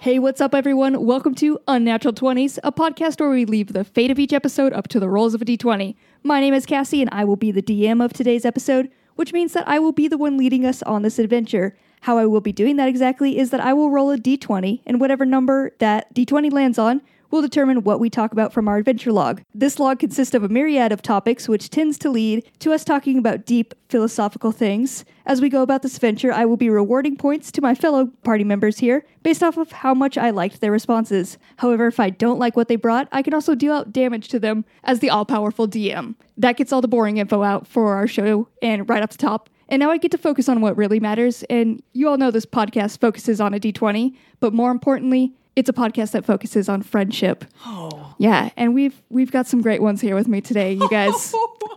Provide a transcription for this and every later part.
Hey, what's up, everyone? Welcome to Unnatural 20s, a podcast where we leave the fate of each episode up to the rolls of a d20. My name is Cassie, and I will be the DM of today's episode, which means that I will be the one leading us on this adventure. How I will be doing that exactly is that I will roll a d20, and whatever number that d20 lands on will determine what we talk about from our adventure log. This log consists of a myriad of topics, which tends to lead to us talking about deep philosophical things. As we go about this venture, I will be rewarding points to my fellow party members here based off of how much I liked their responses. However, if I don't like what they brought, I can also deal out damage to them as the all powerful DM. That gets all the boring info out for our show and right off the top. And now I get to focus on what really matters. And you all know this podcast focuses on a D20, but more importantly, it's a podcast that focuses on friendship. Oh. Yeah, and we've we've got some great ones here with me today, you guys.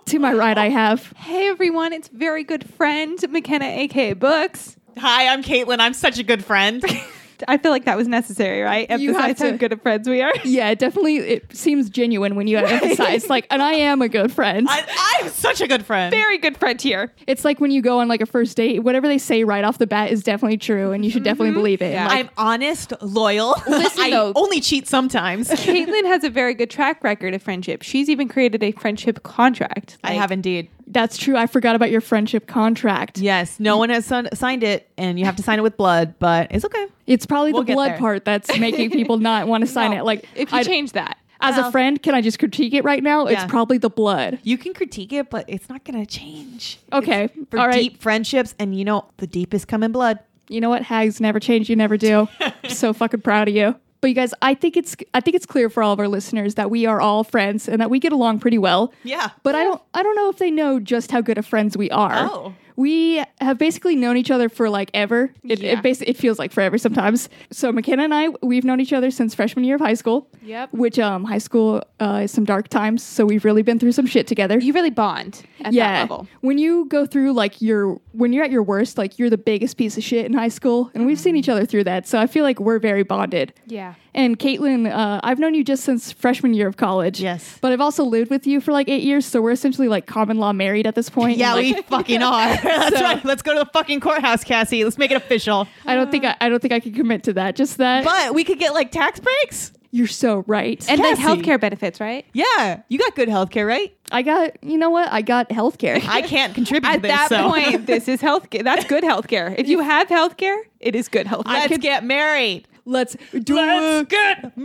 to my right I have Hey everyone, it's very good friend McKenna, aka Books. Hi, I'm Caitlin. I'm such a good friend. I feel like that was necessary, right? You have Emphasize how to- good of friends we are. Yeah, it definitely it seems genuine when you emphasize like and I am a good friend. I, I'm such a good friend. very good friend here. it's like when you go on like a first date, whatever they say right off the bat is definitely true and you should definitely Mm-hmm. believe it. Like, I'm honest, loyal. Listen, I though. only cheat sometimes. Caitlin has a very good track record of friendship. She's even created a friendship contract. I Like, have indeed. that's true. I forgot about your friendship contract. Yes, no one has sun- signed it, and you have to sign it with blood, but it's okay. It's probably We'll the get blood there. part that's making people not want to sign it. Like if you I- change that. as a friend, can I just critique it right now? Yeah. It's probably the blood. You can critique it, but it's not going to change. Okay. It's for All right. deep friendships, and you know, the deepest come in blood. You know what? Hags never change. You never do. I'm so fucking proud of you. But you guys, I think it's I think it's clear for all of our listeners that we are all friends and that we get along pretty well. Yeah. But I don't I don't know if they know just how good of friends we are. Oh. We have basically known each other for like ever. It Yeah. it, basi- it feels like forever sometimes. So McKenna and I we've known each other since freshman year of high school. Yep. Which um high school uh, is some dark times, so we've really been through some shit together. You really bond at that level. When you go through like your when you're at your worst, like you're the biggest piece of shit in high school, and we've seen each other through that. So I feel like we're very bonded. Yeah. And Caitlin, uh, I've known you just since freshman year of college. Yes. But I've also lived with you for like eight years, so we're essentially like common law married at this point. Yeah, And, like, we fucking are. That's right. Let's go to the fucking courthouse, Cassie. Let's make it official. I don't think I, I don't think I could commit to that. Just that But we could get like tax breaks. you're so right. And Cassie. like healthcare benefits, right? Yeah, you got good healthcare, right? I got you know what? I got healthcare. I can't contribute to At this. that so. point, this is healthcare. That's good healthcare. If you have healthcare, it is good healthcare. Let's get married. Let's do Let's it. get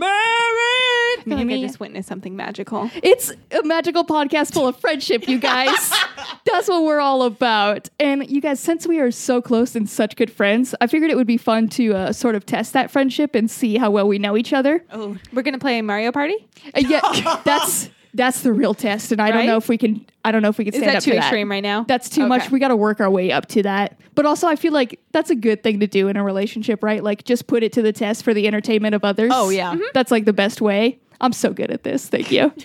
married. I feel like I Mimi. just witnessed something magical. It's a magical podcast full of friendship, you guys. That's what we're all about. And you guys, since we are so close and such good friends, I figured it would be fun to uh, sort of test that friendship and see how well we know each other. Oh, We're gonna play a Mario Party. Uh, yeah, that's that's the real test, and I don't Right? know if we can. I don't know if we can Is stand that up to too that. extreme right now? That's too much. Okay. We got to work our way up to that. But also, I feel like that's a good thing to do in a relationship, right? Like, just put it to the test for the entertainment of others. Oh, yeah. Mhm. that's like the best way. I'm so good at this. Thank you.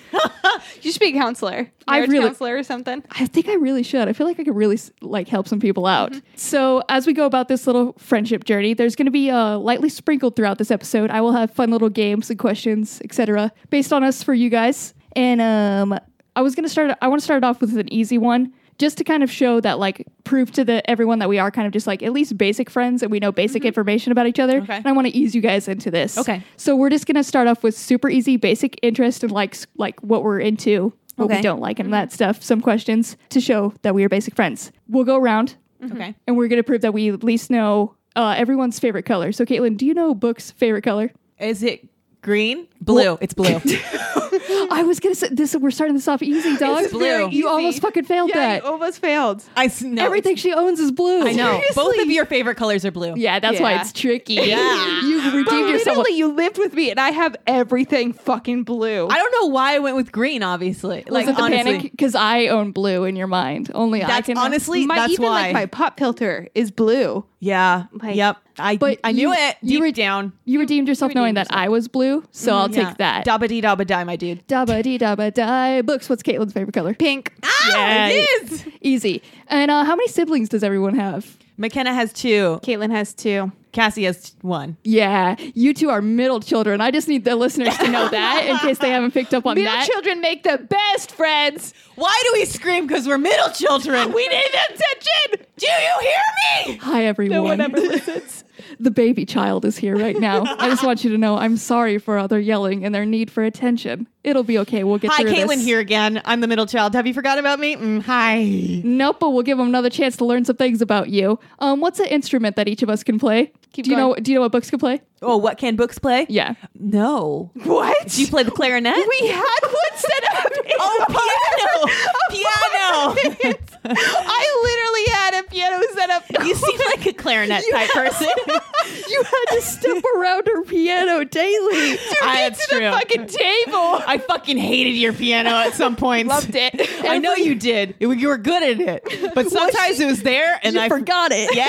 You should be a counselor. I Marriage really- counselor or something. I think I really should. I feel like I could really like help some people out. So as we go about this little friendship journey, there's going to be uh, lightly sprinkled throughout this episode. I will have fun little games and questions, etc., based on us for you guys. And um, I was going to start. I want to start off with an easy one, just to kind of show that like proof to the everyone that we are kind of just like at least basic friends and we know basic information about each other. Okay. And I want to ease you guys into this. Okay. So we're just going to start off with super easy basic interest and likes, like what we're into. What we Okay. don't like and that stuff, some questions to show that we are basic friends. We'll go around okay. and we're going to prove that we at least know uh, everyone's favorite color. So, Caitlin, do you know Book's favorite color? Is it green? Blue. it's blue. I was going to say this. We're starting this off easy, dog. It's blue. very You easy. almost fucking failed that. you almost failed. I s- no, Everything she owns is blue. it's- I know. Both of your favorite colors are blue. Yeah, that's why Yeah. it's tricky. You redeemed yourself. Literally, you lived with me, and I have everything fucking blue. I don't know why I went with green. Obviously, Was like it the honestly, panic? Because I own blue in your mind. Only I That's can. honestly my that's even why. like my pop filter is blue. yeah. Like- yep. I But I knew you- it. you Deep were- down. You redeemed yourself knowing that I was blue, so Mm-hmm. I'll Yeah. take that. Dabba dee dabba die, my dude. Dabba dee dabba die. Books. What's Caitlin's favorite color? Pink. Ah, it is. Easy. And uh, how many siblings does everyone have? McKenna has two. Caitlin has two. Cassie has one. Yeah, you two are middle children. I just need the listeners to know that in case they haven't picked up on Middle that. children make the best friends. Why do we scream? Because we're middle children. We need attention. Do you hear me? Hi everyone. No one ever listens. the baby child is here right now. I just want you to know I'm sorry for all their yelling and their need for attention. It'll be okay. We'll get Hi, through Caitlin this. here again. I'm the middle child. Have you forgotten about me? Mm, hi. Nope, but we'll give them another chance to learn some things about you. Um, what's an instrument that each of us can play? Keep do you know? going. Do you know what books can play? Oh, what can books play? Yeah. No. What? Do you play the clarinet? we had one set up. oh, piano. piano. I literally had a piano set up. you seem like a clarinet type person. You had to step around her piano daily. I, Get it's to the true. fucking table. I fucking hated your piano at some point. Loved it. I know you did. It- you were good at it, but sometimes it was there, and I forgot it. Yeah,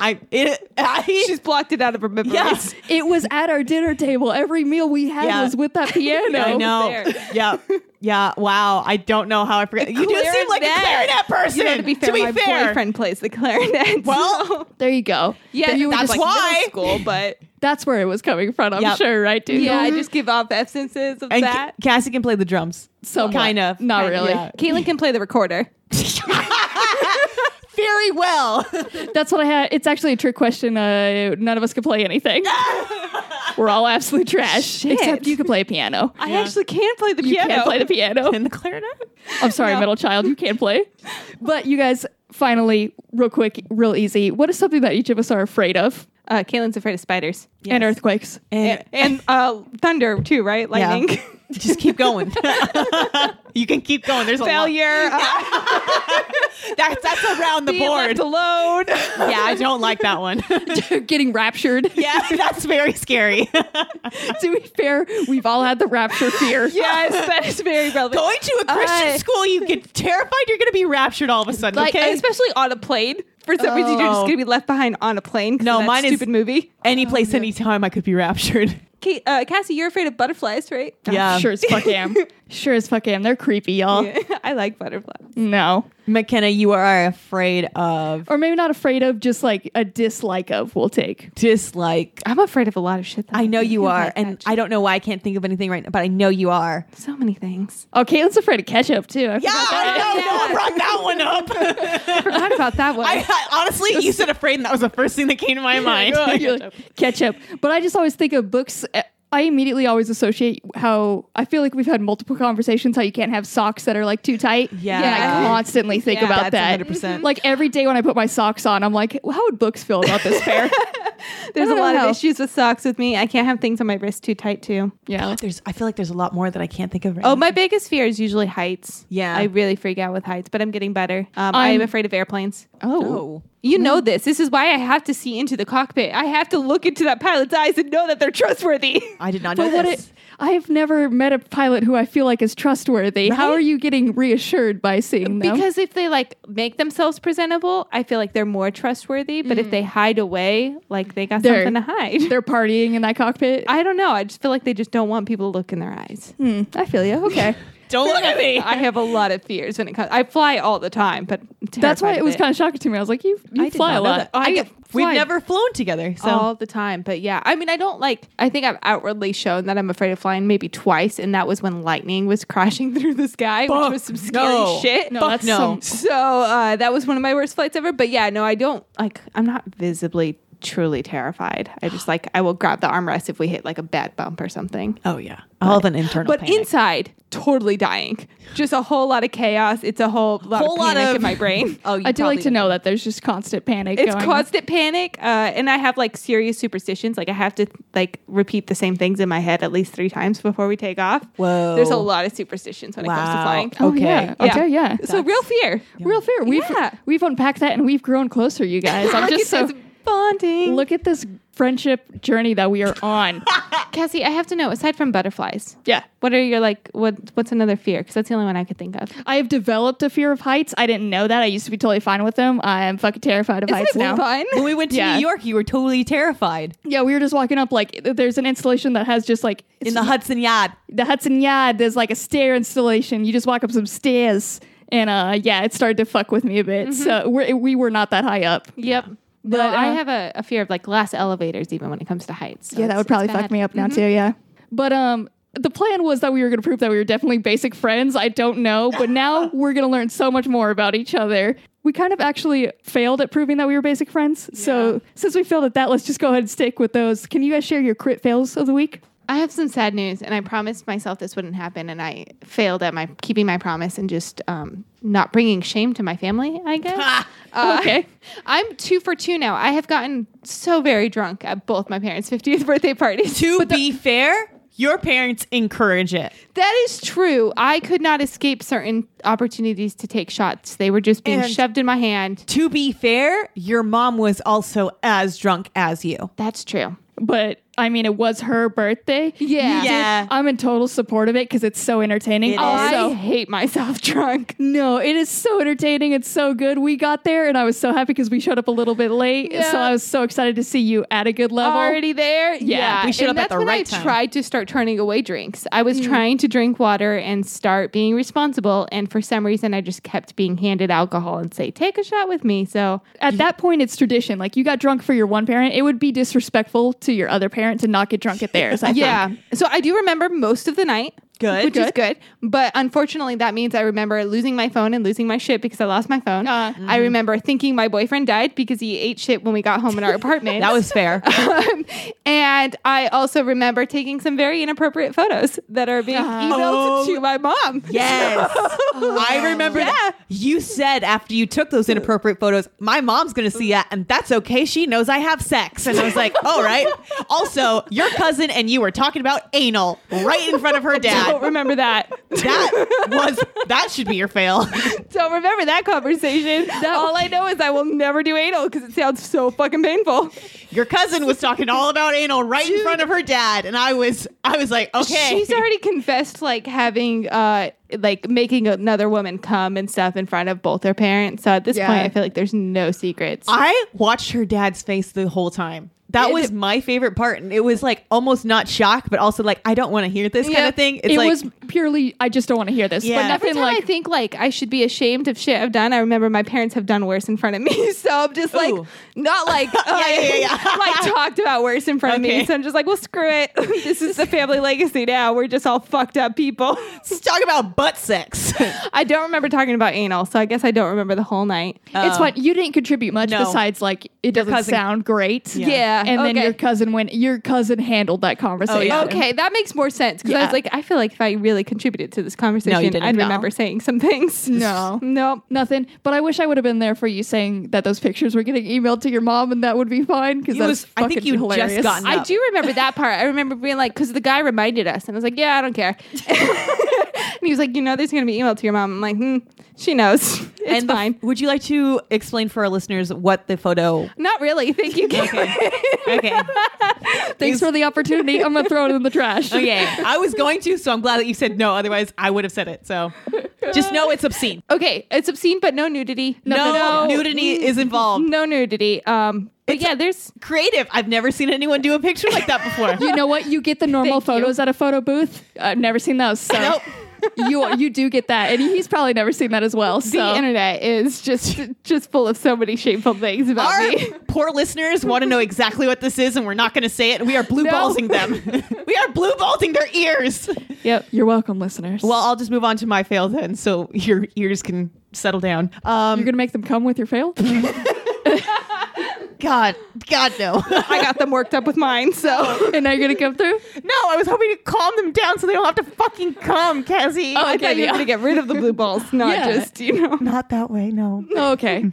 I it. I, She's blocked it out of her memory. yes, It was at our dinner table. Every meal we had Yeah. was with that piano. I know. there. Yeah, yeah. Wow, I don't know how I forgot. You do seem like a clarinet clarinet. person. You know, to be fair, my boyfriend plays the clarinet. Well, There you go. yeah, There you were that's just- like why. middle school, but Mhm. That's where it was coming from. I'm Yep. sure, right, dude? Mm-hmm. yeah, I just give off essences of and Ca- that. Cassie can play the drums. Somewhat. kind of, Not kind of, really. yeah. Caitlin can play the recorder. Very well. That's what I had. It's actually a trick question. Uh, none of us could play anything. We're all absolute trash, except you could play piano. I actually can play the You piano. can't play the piano. and the clarinet. I'm sorry, No. middle child. You can't play. But you guys, finally, real quick, real easy. What is something that each of us are afraid of? uh, Caitlin's afraid of spiders And earthquakes. and, and uh, thunder too, right? Lightning. Just keep going. you can keep going. There's a Failure, uh, Lot. That's that's around the being board. left alone. Yeah, I don't like that one. Getting raptured. yeah, that's very scary. to be fair, we've all had the rapture fear. yes, that is very relevant. Going to a Christian Uh, school, you get terrified you're going to be raptured all of a sudden. like okay, especially on a plane. For some reason, you're just Oh. gonna be left behind on a plane. 'cause No, of that mine is- stupid movie. any place, any time, I could be raptured. Kate, uh, Cassie, you're afraid of butterflies, right? Yeah. Sure as fuck am. Sure as fuck am. They're creepy, y'all. Yeah. I like butterflies. No. McKenna, you are afraid of Or maybe not afraid of, just like a dislike of will take. dislike. I'm afraid of a lot of shit. I know you are, and I I don't know why I can't think of anything right now, but I know you are. so many things. Oh, Caitlin's afraid of ketchup too. I forgot I that. know. No one brought that one up. I forgot about that one. I, I- honestly, you said afraid, and that was the first thing that came to my mind. You're like, ketchup. But I just always think of books. uh, I immediately always associate how I feel like we've had multiple conversations how you can't have socks that are like too tight. Yeah. And I constantly think Yeah, about that's that. 100%. Like every day when I put my socks on, I'm like, well, how would books feel about this pair? There's I a don't lot know. of issues with socks with me. I can't have things on my wrist too tight too. yeah. there's, I feel like there's a lot more that I can't think of. Right Oh, now. my biggest fear is usually heights. Yeah. I really freak out with heights, but I'm getting better. I'm- Um, I'm afraid of airplanes. Oh. You know this. This is why I have to see into the cockpit. I have to look into that pilot's eyes and know that they're trustworthy. I did not know But what this. it, I have never met a pilot who I feel like is trustworthy. How Right? are you getting reassured by seeing them? Because if they like make themselves presentable, I feel like they're more trustworthy. But if they hide away, like they got Mm. They're- something to hide. they're partying in that cockpit. I don't know. I just feel like they just don't want people to look in their eyes. Hmm, I feel you. Okay. Don't look at me. I have a lot of fears when it comes. I fly all the time, but I'm That's why terrified it was of kind of shocking to me. I was like, you, you fly a lot. I get We've flies. never flown together, so all the time. But yeah, I mean, I don't like. I think I've outwardly shown that I'm afraid of flying maybe twice, and that was when lightning was crashing through the sky, Fuck which was some scary no. shit. No, Fuck that's no. some- So uh, that was one of my worst flights ever. But yeah, no, I don't like. I'm not visibly truly terrified. I just like I will grab the armrest if we hit like a bad bump or something. oh yeah, all of an internal. But panic. inside, totally dying. Just a whole lot of chaos. It's a whole lot Whole of lot panic of- in my brain. Oh, you I do probably like to know that there's just constant panic. it's going. constant panic uh, and i have like serious superstitions like i have to like repeat the same things in my head at least three times before we take off Whoa. there's a lot of superstitions when it comes to Wow. flying Oh, Okay. Yeah. Yeah. Okay. Yeah. so real fear Real fear. We've Yeah. we've unpacked that and we've grown closer, you guys. I'm Look just at so this bonding look at this friendship journey that we are on. cassie i have to know aside from butterflies yeah. what are your like what what's another fear because that's the only one i could think of I have developed a fear of heights. I didn't know that. I used to be totally fine with them. I am fucking terrified of heights now. fun When we went to Yeah. New York, you were totally terrified Yeah, we were just walking up like there's an installation that has just like in the Hudson Yard. the Hudson Yard. There's like a stair installation. You just walk up some stairs, and uh, yeah, it started to fuck with me a Mm-hmm. bit. So we're, we were not that high up. yep but But, i uh, have a, a fear of like glass elevators even when it comes to heights so yeah, that it's- would probably it's fuck bad. me up now too. Yeah, Mm-hmm. but um, the plan was that we were going to prove that we were definitely basic friends. I don't know, but now we're going to learn so much more about each other. We kind of actually failed at proving that we were basic friends. So, since we failed at that, let's just go ahead and stick with those. Can you guys share your crit fails of the week? I have some sad news, and I promised myself this wouldn't happen, and I failed at my keeping my promise and just um, not bringing shame to my family. I guess. Uh, Okay. I'm two for two now. I have gotten so very drunk at both my parents' 50th birthday parties. To But the- be fair, your parents encourage it. that is true. I could not escape certain opportunities to take shots. They were just being And- shoved in my hand. To be fair, your mom was also as drunk as you. That's true. But I mean, it was her birthday. Yeah. You did- Yeah. I'm in total support of it because it's so entertaining. It Also, is. I hate myself drunk. No, it is so entertaining. It's so good. We got there and I was so happy because we showed up a little bit late. Yeah. So I was so excited to see you at a good level. already there. Yeah, we showed and up at that's when the right I time. Mm. tried to start turning away drinks. I was trying to drink water and start being responsible, and for some reason, I just kept being handed alcohol and say, "Take a shot with me." So At that point, it's tradition. Like you got drunk for your one parent, it would be disrespectful to your other parent to not get drunk at theirs. I think. yeah, so I do remember most of the night. Eh, Good. which is good, but unfortunately, that means I remember losing my phone and losing my shit because I lost my phone. Ah, Uh. mm-hmm. I remember thinking my boyfriend died because he ate shit when we got home in our apartment. That was fair. and I also remember taking some very inappropriate photos that are being emailed Oh. to my mom. Yes. I remember that. You said after you took those inappropriate photos, my mom's going to see that, and that's okay. She knows I have sex. And I was like, all right. Also, your cousin and you were talking about anal right in front of her Don't dad. remember that. That was, that should be your fail. Don't remember that conversation. All I know is I will never do anal because it sounds so fucking painful. Your cousin was talking all about anal right in front of her dad. And I was, I was like, okay. She's already confessed like having uh like making another woman come and stuff in front of both her parents. So at this Yeah. point I feel like there's no secrets. I watched her dad's face the whole time. That It- was my favorite part. And it was like almost not shock, but also like, I don't want to hear this kind Yeah. of thing. It's It like, was purely, I just don't want to hear this. But Yeah. Every nothing time like, I think like I should be ashamed of shit I've done, I remember my parents have done worse in front of me. So I'm just like Ooh. not like I, yeah, yeah, yeah. like talked about worse in front of me. Okay. So I'm just like, well screw it. this is the family legacy now. We're just all fucked up people. let's talk about butt sex. I don't remember talking about anal, so I guess I don't remember the whole night. Oh, it's fine. You didn't contribute much No. besides like, it doesn't cousin- sound great. Yeah. And then Okay. Oh, your cousin went, your cousin handled that conversation. Okay, that makes more sense because I Yeah. was like, I feel like if I really contributed to this conversation, didn't. I'd No. remember saying some things. No. nope. Nothing. But I wish I would have been there for you saying that those pictures were getting emailed to your mom and that would be fine because It that's was- I think fucking you'd just hilarious. gotten- I No. do remember that part. I remember being like, because the guy reminded us, and I was like, yeah, I don't care. and he was like, you know, there's gonna be email to your mom. I'm like, hmm, she knows. It's and the- fine. would you like to explain for our listeners what the photo? Not really. Thank you. Karen. Okay. Thanks for the opportunity. I'm gonna throw it in the trash. okay. I was going to, so I'm glad that you said no. Otherwise, I would have said it. So just know it's obscene. okay, it's obscene, but no nudity. No, nudity is involved. No nudity. Um, but yeah, there's Creative. I've never seen anyone do a picture like that before. You know what? You get the normal Thank you. photos at a photo booth. I've never seen those. So Nope. you you do get that, and he's probably never seen that as well. So the internet is just just full of so many shameful things about Our me. poor listeners want to know exactly what this is, and we're not going to say it. We are blue ballsing them. we are blue ballsing their ears. yep, you're welcome, listeners. Well, I'll just move on to my fail then, so your ears can settle down. Um, you're gonna make them come with your fail. God, God, no. I got them worked up with mine, so and now you're gonna come through. No, I was hoping to calm them down so they don't have to fucking come, Cassie. Oh, I okay, thought you were yeah. gonna get rid of the blue balls, not Yeah. just you know. not that way. No, Oh, Okay.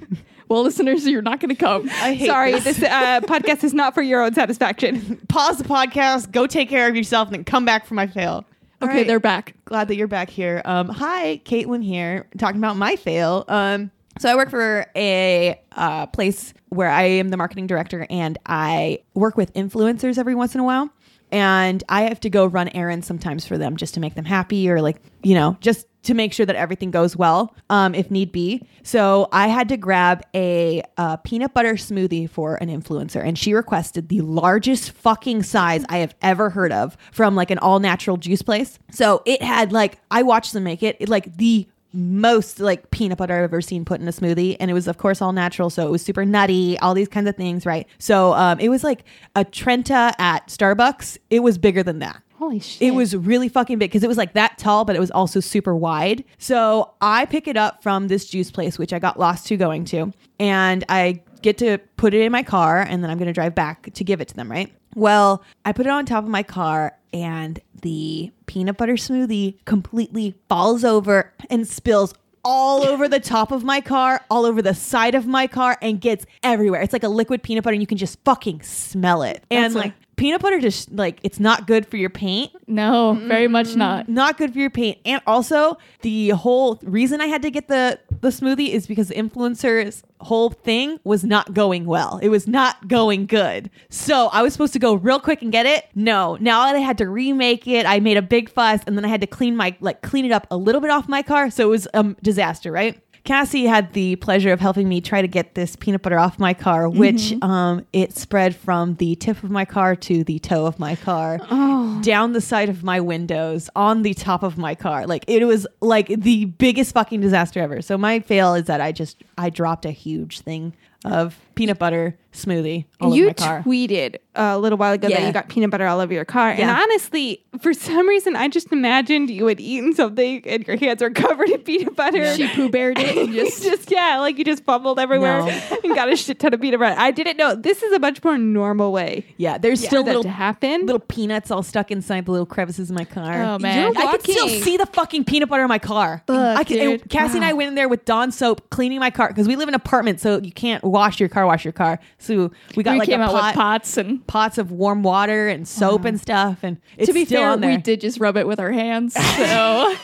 well, listeners, you're not gonna come. I hate. Sorry, this. this, uh, podcast is not for your own satisfaction. Pause the podcast. Go take care of yourself, and then come back for my fail. All okay, right. they're back. glad that you're back here. Um, hi, Caitlin here, talking about my fail. Um, so I work for a uh, place where I am the marketing director, and I work with influencers every once in a while. And I have to go run errands sometimes for them just to make them happy, or like you know, just to make sure that everything goes well, um, if need be. So I had to grab a, uh peanut butter smoothie for an influencer, and she requested the largest fucking size I have ever heard of from like an all natural juice place. So it had like I watched them make it, it like the most like peanut butter I've ever seen put in a smoothie. And it was, of course, all natural. So it was super nutty, all these kinds of things, right? So um, it was like a Trenta at Starbucks. It was bigger than that. Holy shit. It was really fucking big because it was like that tall, but it was also super wide. So I pick it up from this juice place, which I got lost to going to, and I get to put it in my car, and then I'm going to drive back to give it to them, right? Well, I put it on top of my car, and the peanut butter smoothie completely falls over and spills all over the top of my car, all over the side of my car, and gets everywhere. It's like a liquid peanut butter, and you can just fucking smell it. And That's like, peanut butter just like it's not good for your paint No, very much not. not good for your paint. And also, the whole reason I had to get the the smoothie is because the influencer's whole thing was not going well. It was not going good. So I was supposed to go real quick and get it. No, now I had to remake it. I made a big fuss, and then I had to clean my like clean it up a little bit off my car. So it was a um, disaster, right? Cassie had the pleasure of helping me try to get this peanut butter off my car, Mm-hmm. which um, it spread from the tip of my car to the toe of my car, Oh. down the side of my windows, on the top of my car. Like it was like the biggest fucking disaster ever. So my fail is that I just I dropped a huge thing of peanut butter smoothie all over you my car. tweeted a little while ago that Yeah. you got peanut butter all over your car. And Yeah. honestly, for some reason, I just imagined you had eaten something and your hands were covered in peanut butter. She poo bared it and You just just yeah, like you just fumbled everywhere No. and got a shit ton of peanut butter. I didn't know this is a much more normal way. yeah, there's still for that little to happen. little peanuts all stuck inside the little crevices in my car. Oh, man. You're I could still walking. see the fucking peanut butter in my car. Fuck, I could, and dude. Cassie and I went in there with Dawn soap cleaning my car because we live in an apartment, so you can't wash your car, wash your car. So we got we like came a out pot, with pots and pots of warm water and soap and stuff, and it's to be still fair, on there. we did just rub it with our hands, so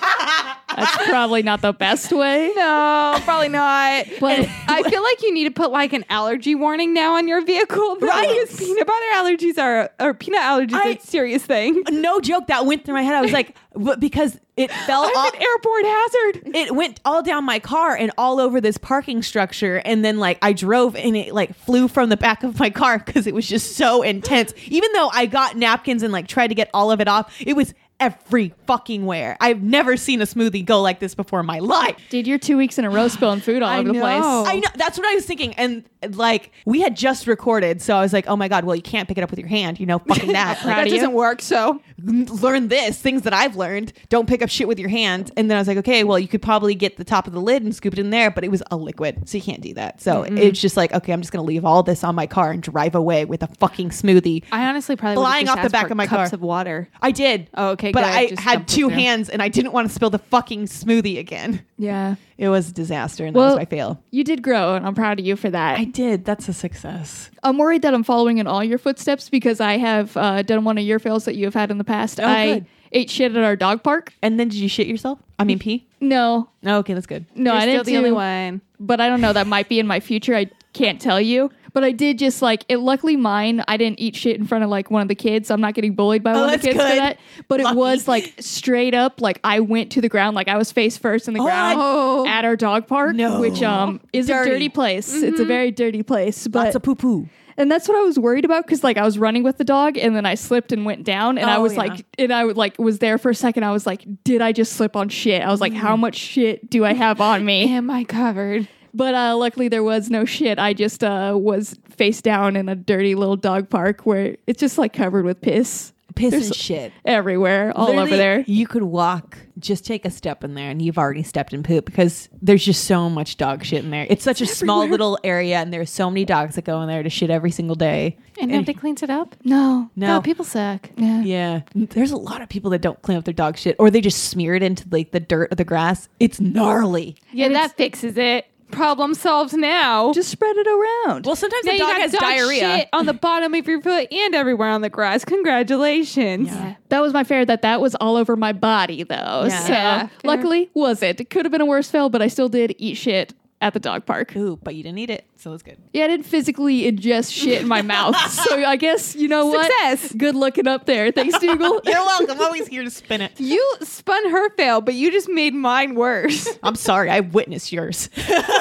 that's probably not the best way. No, probably not. But- And I feel like you need to put like an allergy warning now on your vehicle. Right. Because peanut butter allergies are, or peanut allergies are I- a serious thing. no joke, that went through my head. I was like, but because it fell I'm off. an airport hazard. it went all down my car and all over this parking structure and then like i drove and it like flew from the back of my car because it was just so intense even though i got napkins and like tried to get all of it off it was every fucking where i've never seen a smoothie go like this before in my life Dude, you're two weeks in a row spilling food all I over the know. place. I know that's what I was thinking, and like we had just recorded, so I was like, "Oh my god, well you can't pick it up with your hand, you know, fucking that." Like, Proud that of you. doesn't work. So learn this things that I've learned. Don't pick up shit with your hand. And then I was like, okay, well, you could probably get the top of the lid and scoop it in there, but it was a liquid, so you can't do that. So it's just like, okay, I'm just gonna leave all this on my car and drive away with a fucking smoothie. I honestly probably would've Flying just off the asked back for of my cups cups car. of water. I did. Oh, okay, But good. I Just had dumped it two there. hands, and I didn't want to spill the fucking smoothie again. Yeah. It was a disaster, and that Well, was my fail. you did grow, and I'm proud of you for that. I did. That's a success. I'm worried that I'm following in all your footsteps because I have uh, done one of your fails that you have had in the past. I good. ate shit at our dog park. And then did you shit yourself? I mean, pee. No, Oh, okay, that's good. no, You're I still didn't the do, only one. But I don't know. That might be in my future. I can't tell you. But I did just like it. Luckily, mine I didn't eat shit in front of like one of the kids. I'm not getting bullied by one of the Oh, that's kids for good. that. But Lucky. it was like straight up. Like I went to the ground. Like I was face first in the ground Oh. at our dog park, No. which um is Dirty. Mm-hmm. a dirty place. It's a very dirty place. But Lots of poo poo. And that's what I was worried about because like I was running with the dog and then I slipped and went down and I Oh, was yeah. like and I would like was there for a second I was like did I just slip on shit I was Mm. like how much shit do I have on me Am I covered? but uh, luckily there was no shit I just uh, was face down in a dirty little dog park where it's just like covered with piss Piss There's- and shit. everywhere all over Literally, there You could walk, just take a step in there, and you've already stepped in poop because there's just so much dog shit in there. It's such a small little area, and there's so many dogs that go in there to shit every single day. And nobody cleans it up? no No. Oh, people suck. yeah. yeah, there's a lot of people that don't clean up their dog shit, or they just smear it into like the dirt or the grass. It's gnarly. Yeah, that fixes it. Problem solved now. just spread it around Well, sometimes now the you dog got has dog diarrhea. shit on the bottom of your foot and everywhere on the grass. Congratulations. Yeah. That was my fair that that was all over my body though. So Yeah, fair. luckily was it. It could have been a worse fail, but I still did eat shit at the dog park. Ooh, but you didn't eat it, so that's good. Yeah, I didn't physically ingest shit in my mouth. So I guess you know what? Success. Good looking up there. Thanks, Dougal. You're welcome. Always here to spin it. You spun her fail, but you just made mine worse. I'm sorry, I witnessed yours.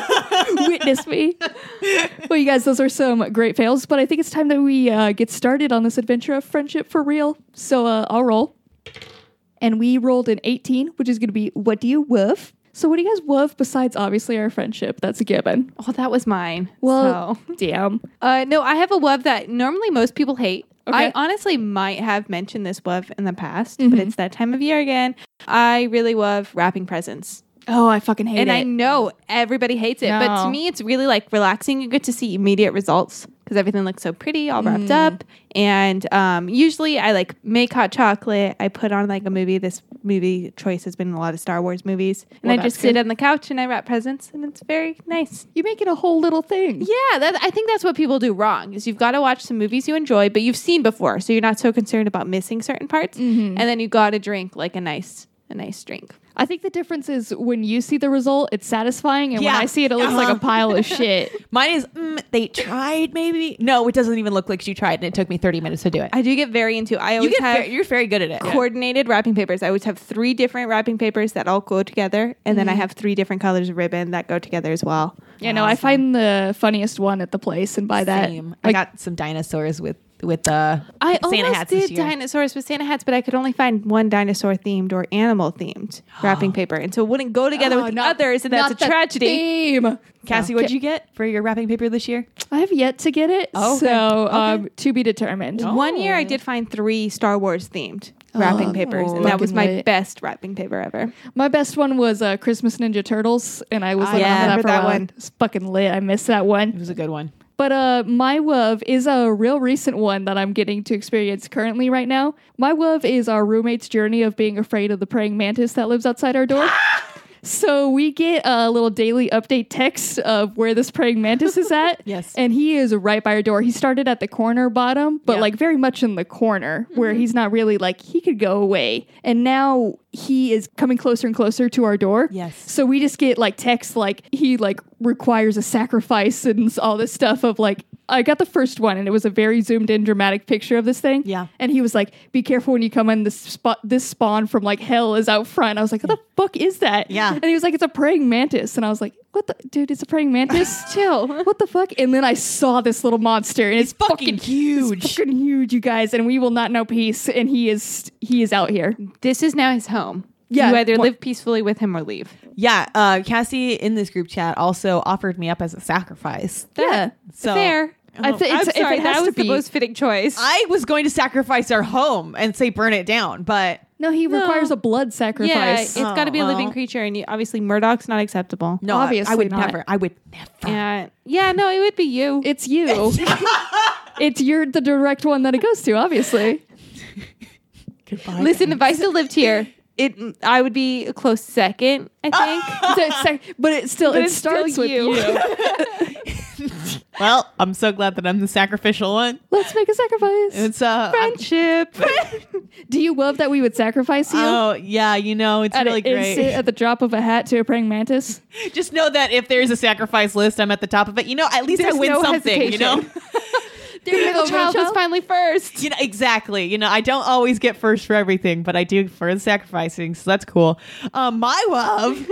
Witness me. Well, you guys, those are some great fails, but I think it's time that we uh, get started on this adventure of friendship for real. So uh, I'll roll. And we rolled an 18, which is going to be what do you woof? So what do you guys woof besides obviously our friendship? That's a given. Oh, that was mine. Well, damn. Uh, no, I have a love that normally most people hate. Okay. Mm-hmm. I honestly might have mentioned this love in the past, but it's that time of year again. I really love wrapping presents. oh, I fucking hate and it. I know everybody hates it, but No. to me, it's really like relaxing. You get to see immediate results because everything looks so pretty, all wrapped Mm-hmm. up. And um, usually, I like make hot chocolate. I put on like a movie. This movie choice has been a lot of Star Wars movies, and Well, I that's just sit good. on the couch and I wrap presents, and it's very nice. you make it a whole little thing. Yeah, that, I think that's what people do wrong. Is you've got to watch some movies you enjoy, but you've seen before, so you're not so concerned about missing certain parts. And then you got to drink like a nice, a nice drink. I think the difference is when you see the result, it's satisfying, and Yeah. when I see it, it looks like a Uh-huh. pile of shit. Mine is mm, they tried maybe. No, it doesn't even look like she tried, and it took me thirty minutes to do it. I do get very into. I always you get have. very, you're very good at it. coordinated wrapping papers. I always have three different wrapping papers that all go together, and then I have three different colors of ribbon that go together as well. Yeah, no, I find the funniest one at the place, and by that, Same. I like, got some dinosaurs with with the I Santa almost hats did this year. dinosaurs with Santa hats, but I could only find one dinosaur themed or animal themed wrapping paper, and so it wouldn't go together oh, with the not- others, and that's not a the tragedy. theme. Cassie. What'd you get for your wrapping paper this year? I have yet to get it, Oh, okay. Oh. so um, to be determined. One year I did find three Star Wars themed wrapping papers, and that was my Fucking lit. best wrapping paper ever. My best one was uh, Christmas Ninja Turtles, and I was Ah, like, yeah, on that remember for a that while. one. It's fucking lit. I missed that It one. was a good one. But uh, my love is a real recent one that I'm getting to experience currently right now. My love is our roommate's journey of being afraid of the praying mantis that lives outside our door. So we get a little daily update text of where this praying mantis is at. Yes. And he is right by our door. He started at the corner bottom, but Yeah. Mm-hmm. like very much in the corner where he's not really like he could go away. And now he is coming closer and closer to our door. Yes. So we just get like texts like he like requires a sacrifice and s- all this stuff of like I got the first one and it was a very zoomed in dramatic picture of this thing. Yeah. And he was like, "Be careful when you come in. This spot, this spawn from like hell is out front." I was like, "What the fuck is that?" Yeah. And he was like, "It's a praying mantis," and I was like, "What the dude? It's a praying mantis." Chill. What the fuck? And then I saw this little monster, and it's, fucking huge. It's fucking huge, you guys, and we will not know peace. And he is he is out here. This is now his home. Yeah, you either wha- live peacefully with him or leave. Yeah, uh, Cassie in this group chat also offered me up as a sacrifice. Yeah. So Fair. I thi- it's- I'm if sorry, it has that to was the be- most fitting choice. I was going to sacrifice our home and say burn it down, but No, he requires a blood Yeah, sacrifice. it's got to be a living well. creature, and you, obviously Murdoch's not acceptable. no, I- Obviously I would not. never. I would never. And yeah, no, it would be you. it's you. it's you're the direct one that it goes to, obviously. Goodbye. Listen, if I still lived here, it I would be a close second, I think. So it's like- but it still But it it's still starts with you. you. Well, I'm so glad that I'm the sacrificial one. Let's make a sacrifice. It's uh, Friendship. Do you love that we would sacrifice you? Oh yeah, you know it's at, really an instant, great. at the drop of a hat to a praying mantis. Just know that if there's a sacrifice list, I'm at the top of it. You know, at least There's I win no something. You know, hesitation. Your middle child was finally first. you know exactly. You know, I don't always get first for everything, but I do for the sacrificing, so that's cool. Um, my love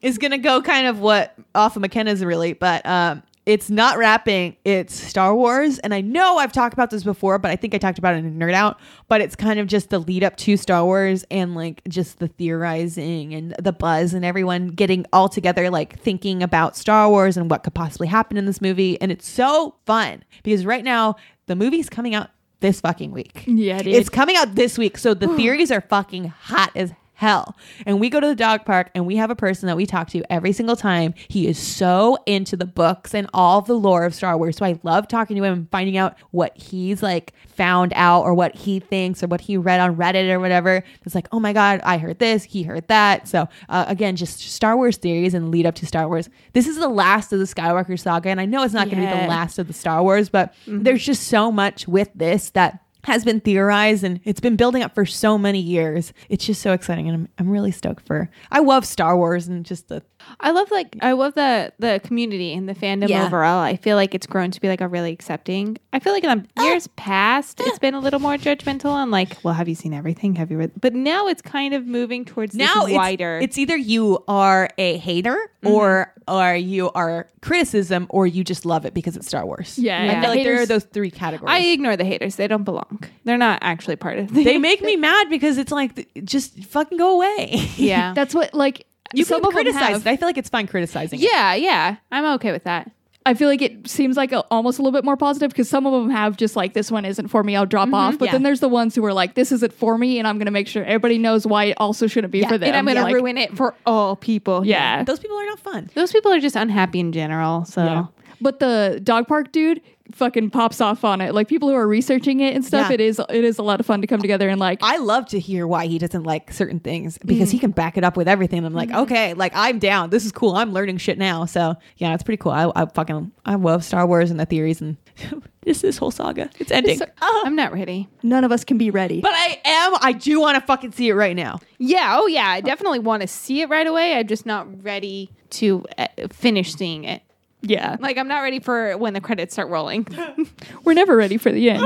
is gonna go kind of what off of McKenna's really, but um. It's not rapping, it's Star Wars. And I know I've talked about this before, but I think I talked about it in Nerd Out. But it's kind of just the lead up to Star Wars and like just the theorizing and the buzz and everyone getting all together, like thinking about Star Wars and what could possibly happen in this movie. And it's so fun because right now the movie's coming out this fucking week. Yeah, dude. It's coming out this week. So the theories are fucking hot as hell. And we go to the dog park and we have a person that we talk to every single time. He is so into the books and all the lore of Star Wars. So I love talking to him and finding out what he's like found out or what he thinks or what he read on Reddit or whatever. It's like, oh my God, I heard this, he heard that. So uh, again, just Star Wars theories and lead up to Star Wars. This is the last of the Skywalker saga. And I know it's not going to be the Yeah. last of the Star Wars, but there's just so much with this that has been theorized and it's been building up for so many years. It's just so exciting and I'm, I'm really stoked for I love Star Wars and just the I love like I love the the community and the fandom Yeah. overall. I feel like it's grown to be like a really accepting. I feel like in the years past, it's been a little more judgmental on like, well, have you seen everything? Have you read? But now it's kind of moving towards now now it's, wider. it's either you are a hater or or you are criticism or you just love it because it's Star Wars. Yeah, I yeah. feel like there are Haters- those three categories. I ignore the haters. They don't belong. They're not actually part of. The, they make me mad because it's like th- just fucking go away. yeah. That's what like you some can of them criticize have. it. I feel like it's fine criticizing it. yeah, yeah. I'm okay with that. I feel like it seems like a, almost a little bit more positive because some of them have just like this one isn't for me, I'll drop off. But yeah. then there's the ones who are like, this isn't for me, and I'm going to make sure everybody knows why it also shouldn't be for them. and I'm going to Like, ruin it for all people. Yeah, Those people are not fun. Those people are just unhappy in general. So but the dog park dude fucking pops off on it. Like people who are researching it and stuff, Yeah. it is it is a lot of fun to come together and like I love to hear why he doesn't like certain things because he can back it up with everything. I'm like, okay, like I'm down. This is cool. I'm learning shit now. So yeah, it's pretty cool. I, I fucking I love Star Wars and the theories and this this whole saga. It's ending. Oh, I'm not ready. none of us can be ready. but I am. I do want to fucking see it right now. Yeah. Oh, yeah. I definitely want to see it right away. I'm just not ready to uh, finish seeing it. yeah, Like, I'm not ready for when the credits start rolling. we're never ready for the end.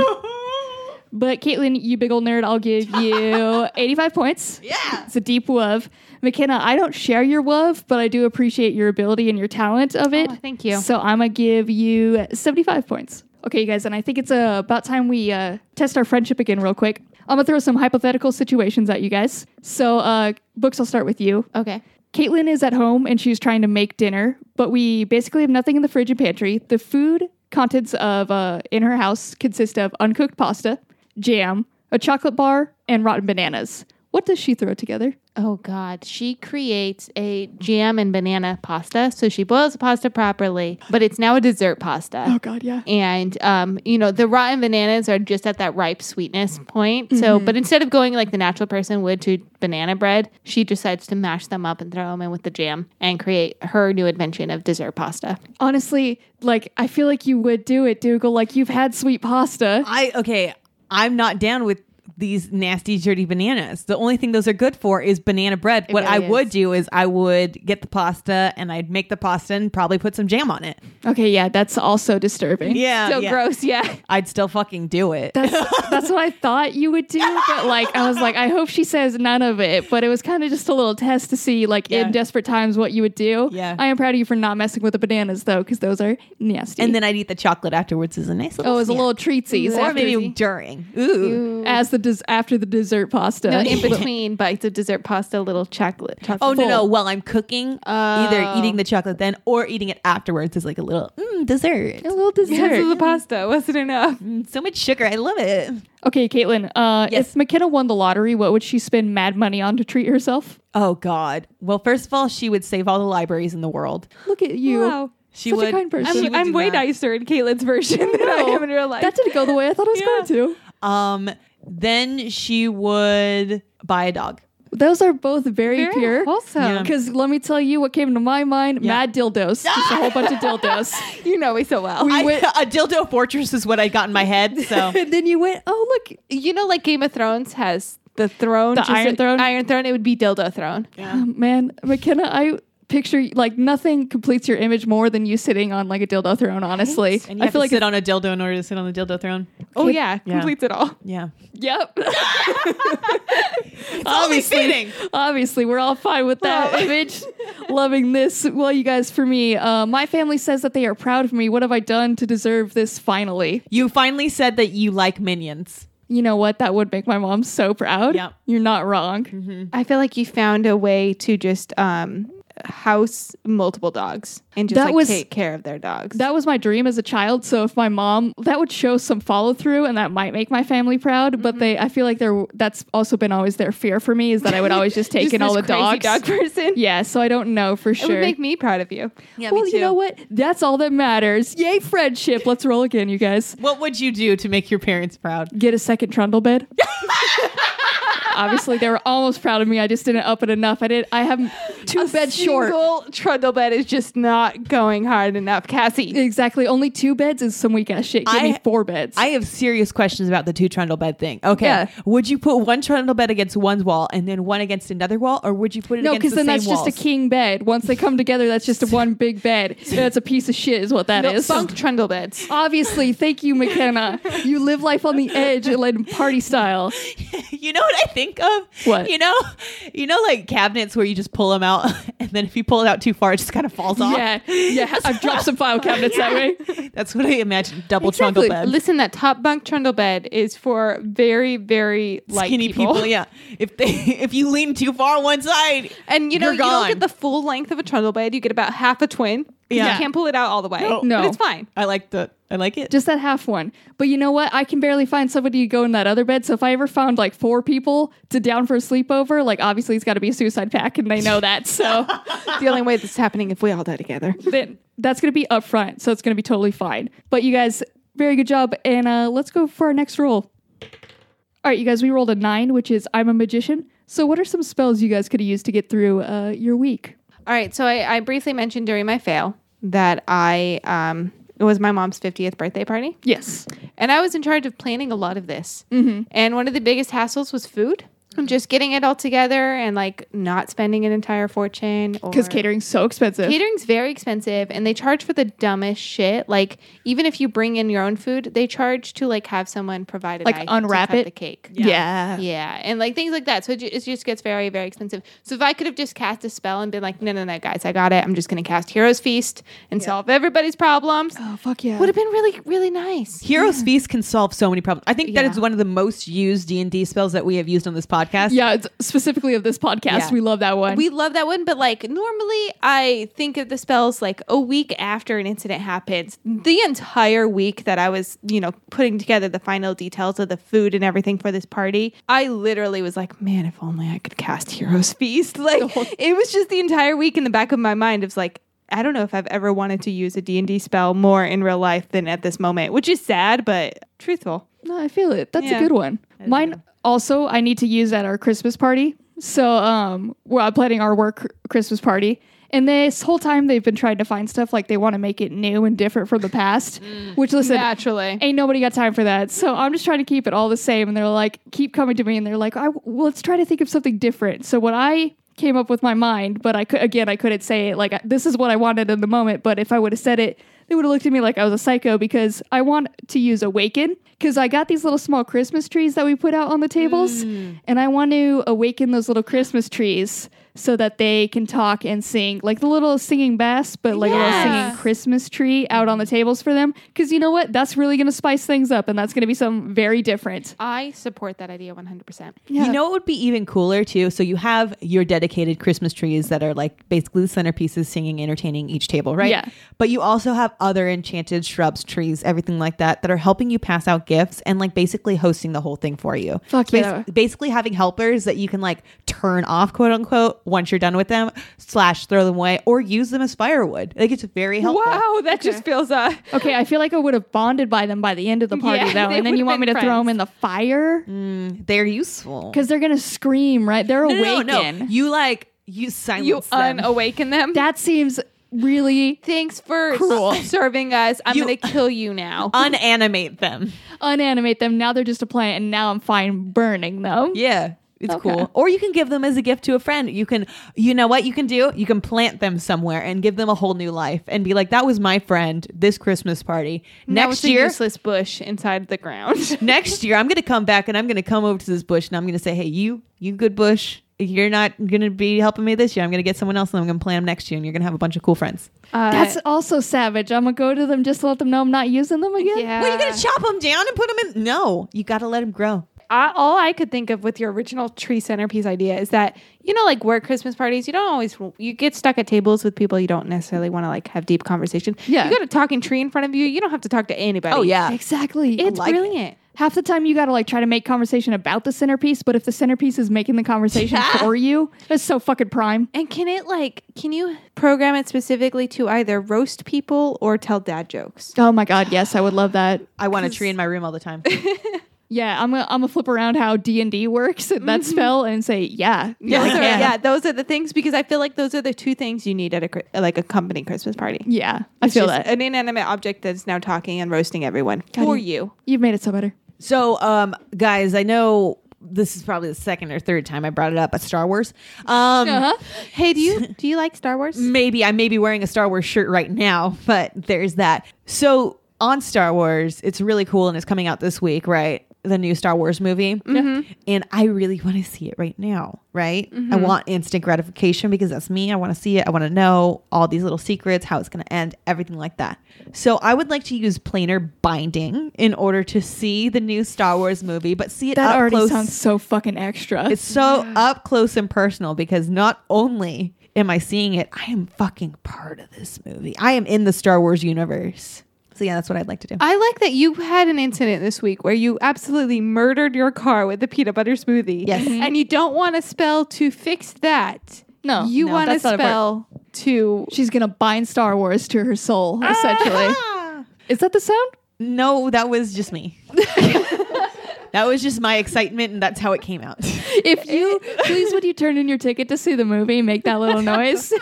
But Caitlin, you big old nerd, I'll give you 85 points. Yeah. It's a deep love. McKenna, I don't share your love, but I do appreciate your ability and your talent of it. Oh, thank you. So I'm going to give you 75 points. Okay, you guys, and I think it's uh, about time we uh, test our friendship again, real quick. I'm going to throw some hypothetical situations at you guys. So, uh, Books, I'll start with you. Okay. Caitlin is at home and she's trying to make dinner, but we basically have nothing in the fridge and pantry. The food contents of uh, in her house consist of uncooked pasta, jam, a chocolate bar, and rotten bananas. What does she throw together? Oh God, she creates a jam and banana pasta. So she boils the pasta properly, but it's now a dessert pasta. Oh, God, yeah. And um, you know, the rotten bananas are just at that ripe sweetness point. So, Mm-hmm. but instead of going like the natural person would to banana bread, she decides to mash them up and throw them in with the jam and create her new invention of dessert pasta. Honestly, like I feel like you would do it, Dougal. Like you've had sweet pasta. I okay. I'm not down with these nasty dirty bananas. The only thing those are good for is banana bread. what really I is. would do is I would get the pasta and I'd make the pasta and probably put some jam on it. Okay, yeah, that's also disturbing. Yeah, so yeah. gross, yeah. I'd still fucking do it. That's that's what I thought you would do, but like I was like, I hope she says none of it. But it was kind of just a little test to see, like Yeah. in desperate times, what you would do. Yeah. I am proud of you for not messing with the bananas though, because those are nasty. and then I'd eat the chocolate afterwards as a nice little oh, it was a snack. little treatsy. or maybe during. Ooh. as the des- after the dessert pasta. No, in between bites of dessert pasta, little chocolate. chocolate Oh no full. no! While I'm cooking, either Oh. eating the chocolate then or eating it afterwards is like a little mm, dessert. a little Because dessert. of the pasta wasn't enough. Mm, so much sugar, I love it. Okay, Caitlin. Uh, Yes. If McKenna won the lottery, what would she spend mad money on to treat herself? Oh God! Well, first of all, she would save all the libraries in the world. Look at you. Wow. She Such a would. kind person. she I'm, would I'm do way that. nicer in Caitlin's version than I am in real life. That didn't go the way I thought it was Yeah. going to. Um, then she would buy a dog. Those are both very, Very pure. wholesome. Yeah. Because let me tell you what came to my mind Yeah. mad dildos. Just a whole bunch of dildos. you know me so well. We I, went- a dildo fortress is what I got in my head. So and then you went, oh, look. you know, like Game of Thrones has the throne, The just Iron a- Throne? Iron Throne. It would be dildo throne. Man, McKenna, I picture like nothing completes your image more than you sitting on like a dildo throne, honestly. and you I have feel to like, sit on a dildo in order to sit on the dildo throne. Oh yeah, Yeah. Mm-hmm. completes it all. Yeah, yep. only fitting. Obviously, we're all fine with that image. Loving this. Well, you guys, for me, uh, my family says that they are proud of me. What have I done to deserve this finally? You finally said that you like minions. You know what? That would make my mom so proud. Yep. You're not wrong. I feel like you found a way to just um, house multiple dogs and just That like, was- take care of their dogs. That was my dream as a child. So if my mom, that would show some follow through, and that might make my family proud. Mm-hmm. But they, I feel like they're that's also been always their fear for me is that I would always just take Just in all the this crazy dogs. dog person. Yeah, so I don't know for It sure. would make me proud of you. Yeah, well, you know what? That's all that matters. Yay, friendship. Let's roll again, you guys. What would you do to make your parents proud? Get a second trundle bed. Obviously, they were almost proud of me. I just didn't up it enough. I did. I have two beds short. Single trundle bed is just not going hard enough, Cassie. Exactly. Only two beds is some weak ass shit. Give me I- four beds. I have serious questions about the two trundle bed thing. Okay. Yeah. Would you put one trundle bed against one wall and then one against another wall, or would you put it No, because against the then same that's just a king bed. Once they come together, that's just one big bed. That's a piece of shit, is what that No, is. Bunk trundle beds. Obviously, thank you, McKenna. You live life on the edge, like party style. walls? you know what I think of? What? You know, you know, like cabinets where you just pull them out, and then if you pull it out too far, it just kind of falls off. Yeah, yeah. I've dropped some file cabinets that way. That's what I imagine. Double Exactly. trundle bed. Listen, that top bunk trundle bed is for very, very light Skinny people. yeah. If they if you lean too far one side, And you know, You're you don't gone. get the full length of a trundle bed. You get about half a twin. Yeah. Yeah. You can't pull it out all the way. No. But it's fine. I like the I like it. Just that half one. But you know what? I can barely find somebody to go in that other bed. So if I ever found like four people to down for a sleepover, like obviously it's got to be a suicide pack and they know that. So It's the only way this is happening if we all die together. then that's going to be upfront. So it's going to be totally fine. But you guys, very good job. And uh, let's go for our next roll. All right, you guys, we rolled a nine, which is I'm a magician. So what are some spells you guys could have used to get through uh, your week? All right. So I, I briefly mentioned during my fail that I um, it was my mom's 50th birthday party, Yes. and I was in charge of planning a lot of this. And one of the biggest hassles was food. and Just getting it all together and like not spending an entire fortune Because or- catering's so expensive. Catering's very expensive and they charge for the dumbest shit. Like even if you bring in your own food, they charge to like have someone provide a Like, knife to unwrap cut it? the cake. yeah. Yeah, and like things like that. So it, ju- it just gets very, very expensive. So if I could have just cast a spell and been like, no, no, no, guys, I got it. I'm just going to cast Hero's Feast and solve everybody's problems. Oh, fuck yeah. Would have been really, really nice. Heroes Feast can solve so many problems. I think that Yeah. it's one of the most used D and D spells that we have used on this podcast. yeah, it's specifically of this podcast. Yeah. We love that one. We love that one, but like normally I think of the spells like a week after an incident happens. The entire week that I was, you know, putting together the final details of the food and everything for this party, I literally was like, man, if only I could cast Hero's Feast. Like it was just the entire week in the back of my mind. It was like, I don't know if I've ever wanted to use a D&D spell more in real life than at this moment, which is sad, but truthful. No, I feel it. That's a Yeah. good one. Mine also I need to use at our Christmas party. So um we're I'm planning our work Christmas party. And this whole time they've been trying to find stuff like they want to make it new and different from the past. Which listen, Naturally. ain't nobody got time for that. So I'm just trying to keep it all the same. And they're like, keep coming to me, and they're like, I, well, let's try to think of something different. So what I came up with my mind, but I could again, I couldn't say it. Like I- this is what I wanted in the moment, but if I would have said it, they would have looked at me like I was a psycho because I want to use awaken because I got these little small Christmas trees that we put out on the tables, and I want to awaken those little Christmas trees. So that they can talk and sing, like the little singing bass, but like a little Yes. singing Christmas tree out on the tables for them. Because you know what? That's really going to spice things up and that's going to be something very different. I support that idea 100%. Yeah. You know what would be even cooler too? So you have your dedicated Christmas trees that are like basically the centerpieces singing, entertaining each table, right? Yeah. But you also have other enchanted shrubs, trees, everything like that that are helping you pass out gifts and like basically hosting the whole thing for you. Fuck Bas- yeah. Basically having helpers that you can like turn off, quote unquote, once you're done with them, slash throw them away, or use them as firewood. Like it's very helpful. that just feels uh Okay, I feel like I would have bonded by them by the end of the party Yeah, though. they And then would you have want me to been throw them friends. in the fire? They're useful. Because they're going to scream, right? They're No, no, awaken. no, no. You like you silence you them. unawaken them. That seems really Thanks for Cruel. s- serving us. I'm You- Uh, going to kill you now. unanimate them. unanimate them. Now they're just a plant and now I'm fine burning them. Yeah. It's Okay. cool. Or you can give them as a gift to a friend. You can, you know what you can do? You can plant them somewhere and give them a whole new life and be like, that was my friend this Christmas party. Now Next it's a year, useless bush inside the ground. next year, I'm going to come back and I'm going to come over to this bush and I'm going to say, hey, you, you good bush, you're not going to be helping me this year. I'm going to get someone else and I'm going to plant them next year and you're going to have a bunch of cool friends. Uh, That's also savage. I'm going to go to them just to let them know I'm not using them again. yeah. well, you're going to chop them down and put them in. No, you got to let them grow. I, all I could think of with your original tree centerpiece idea is that you know, like work Christmas parties, you don't always you get stuck at tables with people you don't necessarily want to like have deep conversation. Yeah. you got a talking tree in front of you. You don't have to talk to anybody. Exactly. it's like it. brilliant. half the time you gotta like try to make conversation about the centerpiece but if the centerpiece is making the conversation for you that's so fucking prime And can it like can you program it specifically to either roast people or tell dad jokes? oh my god yes i would love that I want a tree in my room all the time. yeah i'm gonna i'm gonna flip around how d&d works and that spell and say Mm-hmm. yeah Those are- Like, yeah. yeah. those are the things because I feel like those are the two things you need at a cri- like a company Christmas party. Yeah, i feel that an inanimate object that's now talking and roasting everyone for you. you've made it so better So, um, guys, I know this is probably the second or third time I brought it up, but Star Wars. Um, Hey, do you do you like Star Wars? Maybe I may be wearing a Star Wars shirt right now, but there's that. So on Star Wars, it's really cool and it's coming out this week, right? The new Star Wars movie. And I really want to see it right now, right? I want instant gratification because that's me. I want to see it. I want to know all these little secrets, how it's going to end, everything like that. So I would like to use planar binding in order to see the new Star Wars movie, but see it that up already close sounds so fucking extra it's so up close and personal because not only am I seeing it? I am fucking part of this movie. I am in the Star Wars universe. So yeah, that's what I'd like to do. I like that you had an incident this week where you absolutely murdered your car with a peanut butter smoothie. Mm-hmm. Yes. Mm-hmm. Mhm. And you don't want to spell to fix that. No, You no, want to that's not important. spell to. Ah! She's gonna bind Star Wars to her soul, essentially. Is that the sound? No, that was just me. that was just my excitement, and that's how it came out. Oh, If you please, when you turn in your ticket to see the movie, make that little noise.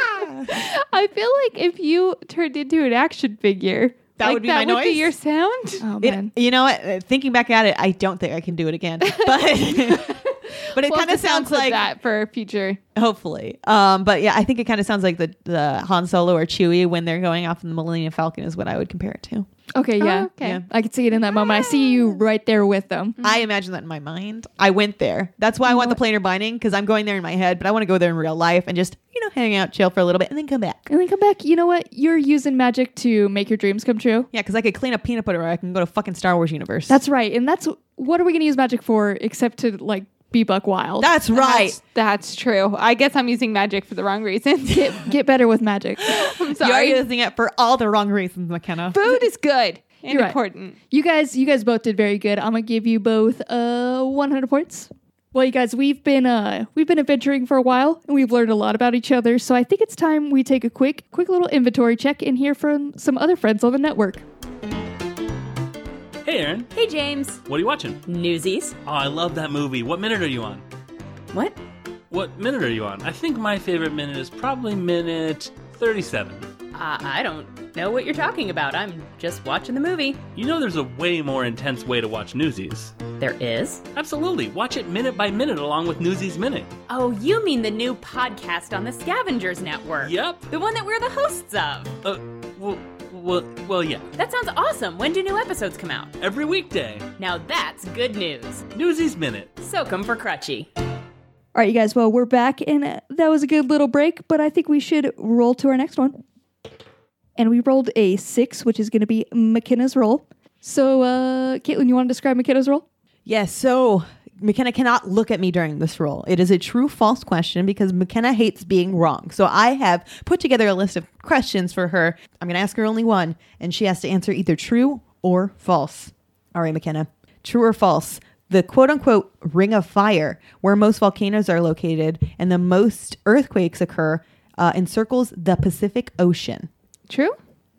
I feel like if you turned into an action figure, That like, would be that my would be noise? your sound. oh It- man, you know what? Uh, Thinking back at it, I don't think I can do it again. But but it We'll kind have to of sounds sound clip like that for future. hopefully. Um, but yeah, I think it kind of sounds like the the Han Solo or Chewie when they're going off in the Millennium Falcon is what I would compare it to. okay, yeah, Oh, okay. Yeah. Mm. I could see it in that moment. I see you right there with them. I imagine that in my mind. I went there. That's why I want the planar binding because I'm going there in my head, but I want to go there in real life and just you know hang out, chill for a little bit, and then come back. And then come back. You know what? You're using magic to make your dreams come true. Yeah, because I could clean up peanut butter, or I can go to fucking Star Wars universe. That's right. And that's what are we gonna use magic for except to like be buck wild? that's right. That's, that's true. I guess I'm using magic for the wrong reasons. get get better with magic. I'm You're sorry. using it for all the wrong reasons, McKenna. Food is good and You're right. important. You guys, you guys both did very good. I'm gonna give you both uh 100 points. Well, you guys, we've been uh we've been adventuring for a while and we've learned a lot about each other. So I think it's time we take a quick quick little inventory check and hear from some other friends on the network. Hey, Aaron. Hey, James. What are you watching? Newsies. Oh, I love that movie. What minute are you on? What? What minute are you on? I think my favorite minute is probably minute 37. Uh, I don't know what you're talking about. I'm just watching the movie. You know there's a way more intense way to watch Newsies. There is? Absolutely. Watch it minute by minute along with Newsies Minute. Oh, you mean the new podcast on the Scavengers Network? Yep. The one that we're the hosts of. Uh, well, well, well, yeah. That sounds awesome. When do new episodes come out? Every weekday. Now that's good news. Newsies Minute. Soak 'em for Crutchy. All right, you guys. Well, we're back, and uh, that was a good little break, but I think we should roll to our next one. And we rolled a six, which is going to be McKenna's roll. So, uh, Caitlin, you want to describe McKenna's roll? Yes, so McKenna cannot look at me during this role. It is a true false question because McKenna hates being wrong. So I have put together a list of questions for her. I'm going to ask her only one, and she has to answer either true or false. All right, McKenna. True or false? The quote unquote ring of fire, where most volcanoes are located and the most earthquakes occur, uh, encircles the Pacific Ocean. True?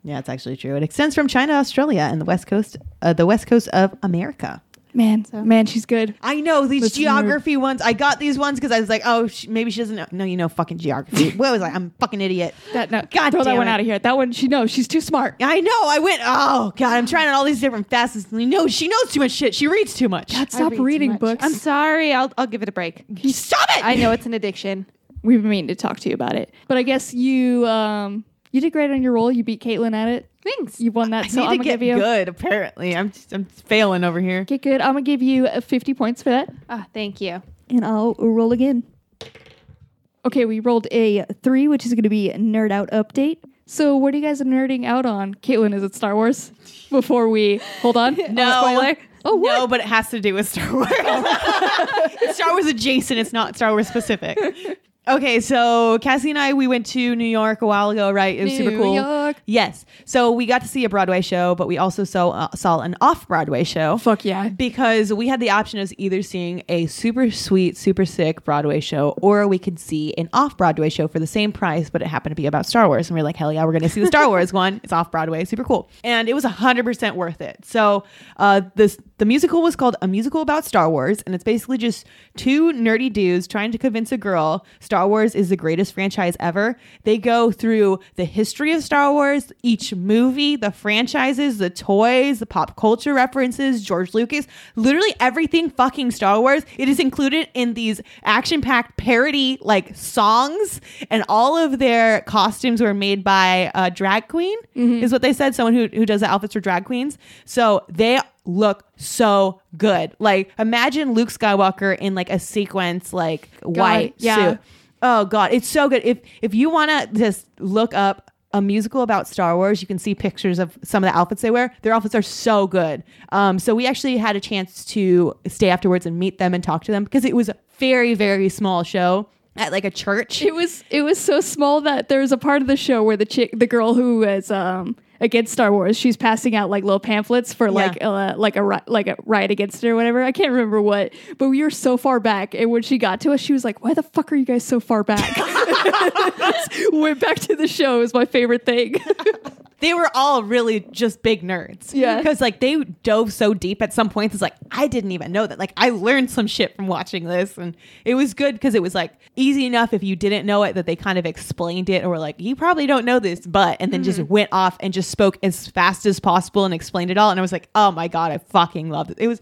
Yeah, it's actually true. It extends from China, Australia, and the west coast, uh, the west coast of America. Man, man, she's good. I know these That's geography ones. I got these ones because I was like, oh, sh- maybe she doesn't know. No, you know fucking geography. what was I? I'm a fucking idiot. That no, God throw that damn one it. out of here. That one, she knows she's too smart. I know. I went, oh, God, I'm trying on all these different facets. You know, she knows too much shit. She reads too much. God, stop reading books. I'm sorry. I'll, I'll give it a break. Stop it. I know it's an addiction. We've been meaning to talk to you about it, but I guess you um you did great on your roll. You beat Caitlin at it. Thanks. You won that. so need I'm to gonna get give you good, apparently. I'm just, I'm failing over here. get good. I'm gonna give you uh, 50 points for that, Ah, thank you. and I'll roll again. Okay, we rolled a three, which is gonna be nerd out update. So what are you guys nerding out on? Caitlin, is it Star Wars? Before we hold on. No. Spoiler? Oh what? No, but it has to do with Star Wars. It's Star Wars adjacent. It's not Star Wars specific. Okay, so Cassie and I, we went to New York a while ago, right? It was super New cool. York. Yes. So we got to see a Broadway show, but we also saw, uh, saw an off Broadway show. Fuck yeah. Because we had the option of either seeing a super sweet, super sick Broadway show, or we could see an off Broadway show for the same price, but it happened to be about Star Wars. And we are like, hell yeah, we're going to see the Star Wars one. It's off Broadway, super cool. And it was 100% worth it. So uh, this the musical was called A Musical About Star Wars, and it's basically just two nerdy dudes trying to convince a girl Star Wars is the greatest franchise ever. They go through the history of Star Wars, each movie, the franchises, the toys, the pop culture references, George Lucas, literally everything fucking Star Wars. It is included in these action packed parody like songs, and all of their costumes were made by a drag queen, is what they said. Someone who, who does the outfits for drag queens. So they look so good. Like imagine Luke Skywalker in like a sequence like white yeah. suit. Oh god, it's so good. If if you want to just look up a musical about Star Wars, you can see pictures of some of the outfits they wear. Their outfits are so good. Um, so we actually had a chance to stay afterwards and meet them and talk to them because it was a very very small show. at like a church. It was it was so small that there was a part of the show where the chick, the girl who is um against Star Wars, she's passing out like little pamphlets for like uh, like a ri- like a riot against it or whatever. I can't remember what, but we were so far back, and when she got to us, she was like, "Why the fuck are you guys so far back?" Went back to the show is my favorite thing. They were all really just big nerds. Yeah. Because like they dove so deep at some points. It's like, I didn't even know that. Like I learned some shit from watching this. And it was good because it was like easy enough if you didn't know it that they kind of explained it or were like, you probably don't know this, but, and then just went off and just spoke as fast as possible and explained it all. And I was like, oh my God, I fucking loved it. It was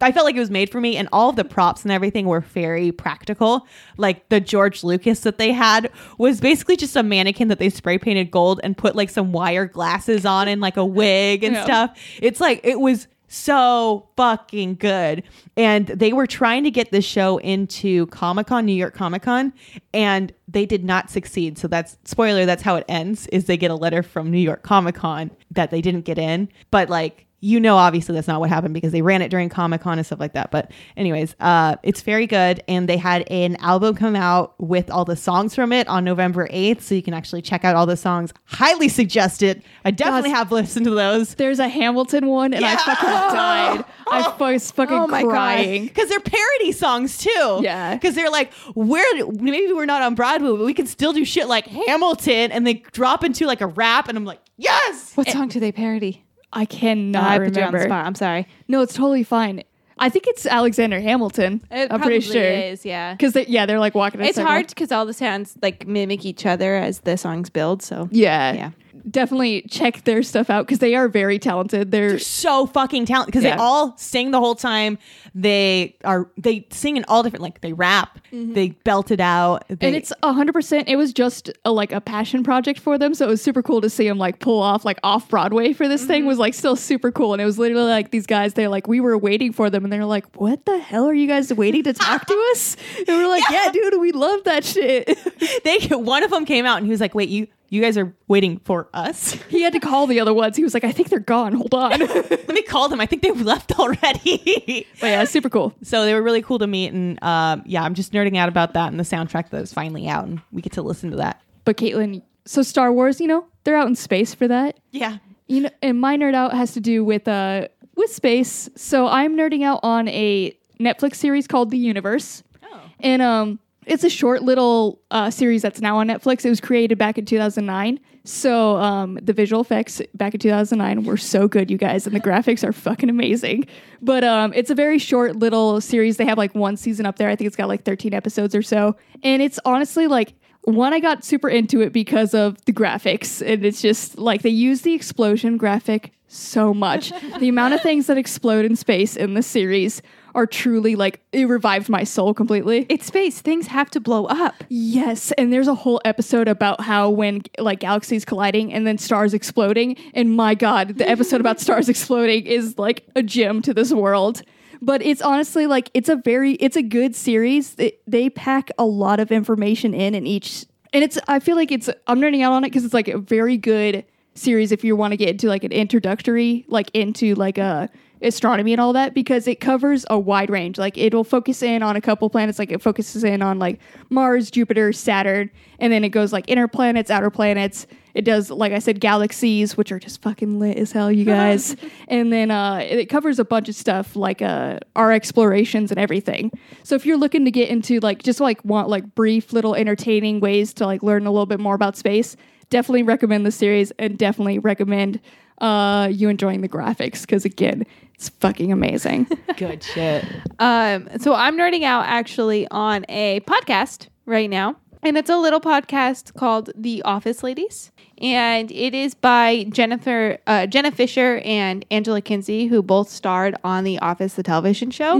I felt like it was made for me, and all of the props and everything were very practical. Like the George Lucas that they had was basically just a mannequin that they spray painted gold and put like some wire glasses on and like a wig and Yeah. stuff. It's like it was so fucking good. And they were trying to get this show into Comic Con, New York Comic Con, and they did not succeed. So that's spoiler, that's how it ends, is they get a letter from New York Comic Con that they didn't get in. But like you know obviously that's not what happened because they ran it during comic-con and stuff like that but anyways uh, it's very good and they had an album come out with all the songs from it on november 8th so you can actually check out all the songs highly suggest it i definitely have listened to those There's a Hamilton one, and I fucking died. I was fucking Oh crying. because they're parody songs too Oh Yeah. because they're like we're maybe we're not on broadway but we can still do shit like hamilton and they drop into like a rap and i'm like yes What song do they parody? I cannot I put you on the remember. spot. I'm sorry. No, it's totally fine. I think it's Alexander Hamilton. I'm pretty sure. is. Yeah. Because they, yeah, they're like walking. in a It's circle. hard because all the sounds like mimic each other as the songs build. So Yeah. Yeah. Definitely check their stuff out because they are very talented. They're so fucking talented because Yeah. they all sing the whole time. They are they sing in all different like they rap, they belt it out. They, Mm-hmm. and it's hundred percent. It was just a, like a passion project for them, so it was super cool to see them like pull off like off Broadway for this thing was like still super cool. And it was literally like these guys. They're like, we were waiting for them, and they're like, what the hell are you guys waiting to talk to us? And we're like, yeah, dude, we love that shit. they one of them came out and he was like, "Wait, you you guys are waiting for us? he had to call the other ones. He was like, I think they're gone. Hold on. but Let me call them. I think they've left already." yeah, super cool. so they were really cool to meet, and um, yeah, I'm just nerding out about that and the soundtrack that is finally out, and we get to listen to that. But Caitlin, so Star Wars, you know, they're out in space for that. Yeah, You know, and my nerd out has to do with uh with space. So I'm nerding out on a Netflix series called The Universe. Oh. And um it's a short little uh, series that's now on Netflix. It was created back in 2009. So um, the visual effects back in 2009 were so good, you guys, and the graphics are fucking amazing. But um, it's a very short little series. They have like one season up there. I think it's got like 13 episodes or so. And it's honestly like one i got super into it because of the graphics and it's just like they use the explosion graphic so much the amount of things that explode in space in this series are truly like it revived my soul completely it's space. Things have to blow up. yes and there's a whole episode about how when like galaxies colliding and then stars exploding and my god the episode about stars exploding is like a gem to this world but it's honestly like it's a very it's a good series it, they pack a lot of information in in each and it's i feel like it's i'm nerding out on it because it's like a very good series if you want to get into like an introductory like into like a astronomy and all that because it covers a wide range like it'll focus in on a couple planets like it focuses in on like mars jupiter saturn and then it goes like inner planets outer planets it does like i said galaxies which are just fucking lit as hell you guys and then uh, it covers a bunch of stuff like uh, our explorations and everything so if you're looking to get into like just like want like brief little entertaining ways to like learn a little bit more about space definitely recommend the series and definitely recommend uh, you enjoying the graphics because again it's fucking amazing good shit. Um, so I'm nerding out actually on a podcast right now. And it's a little podcast called The Office Ladies. And it is by Jennifer uh, Jenna Fisher and Angela Kinsey, who both starred on The Office, the television show.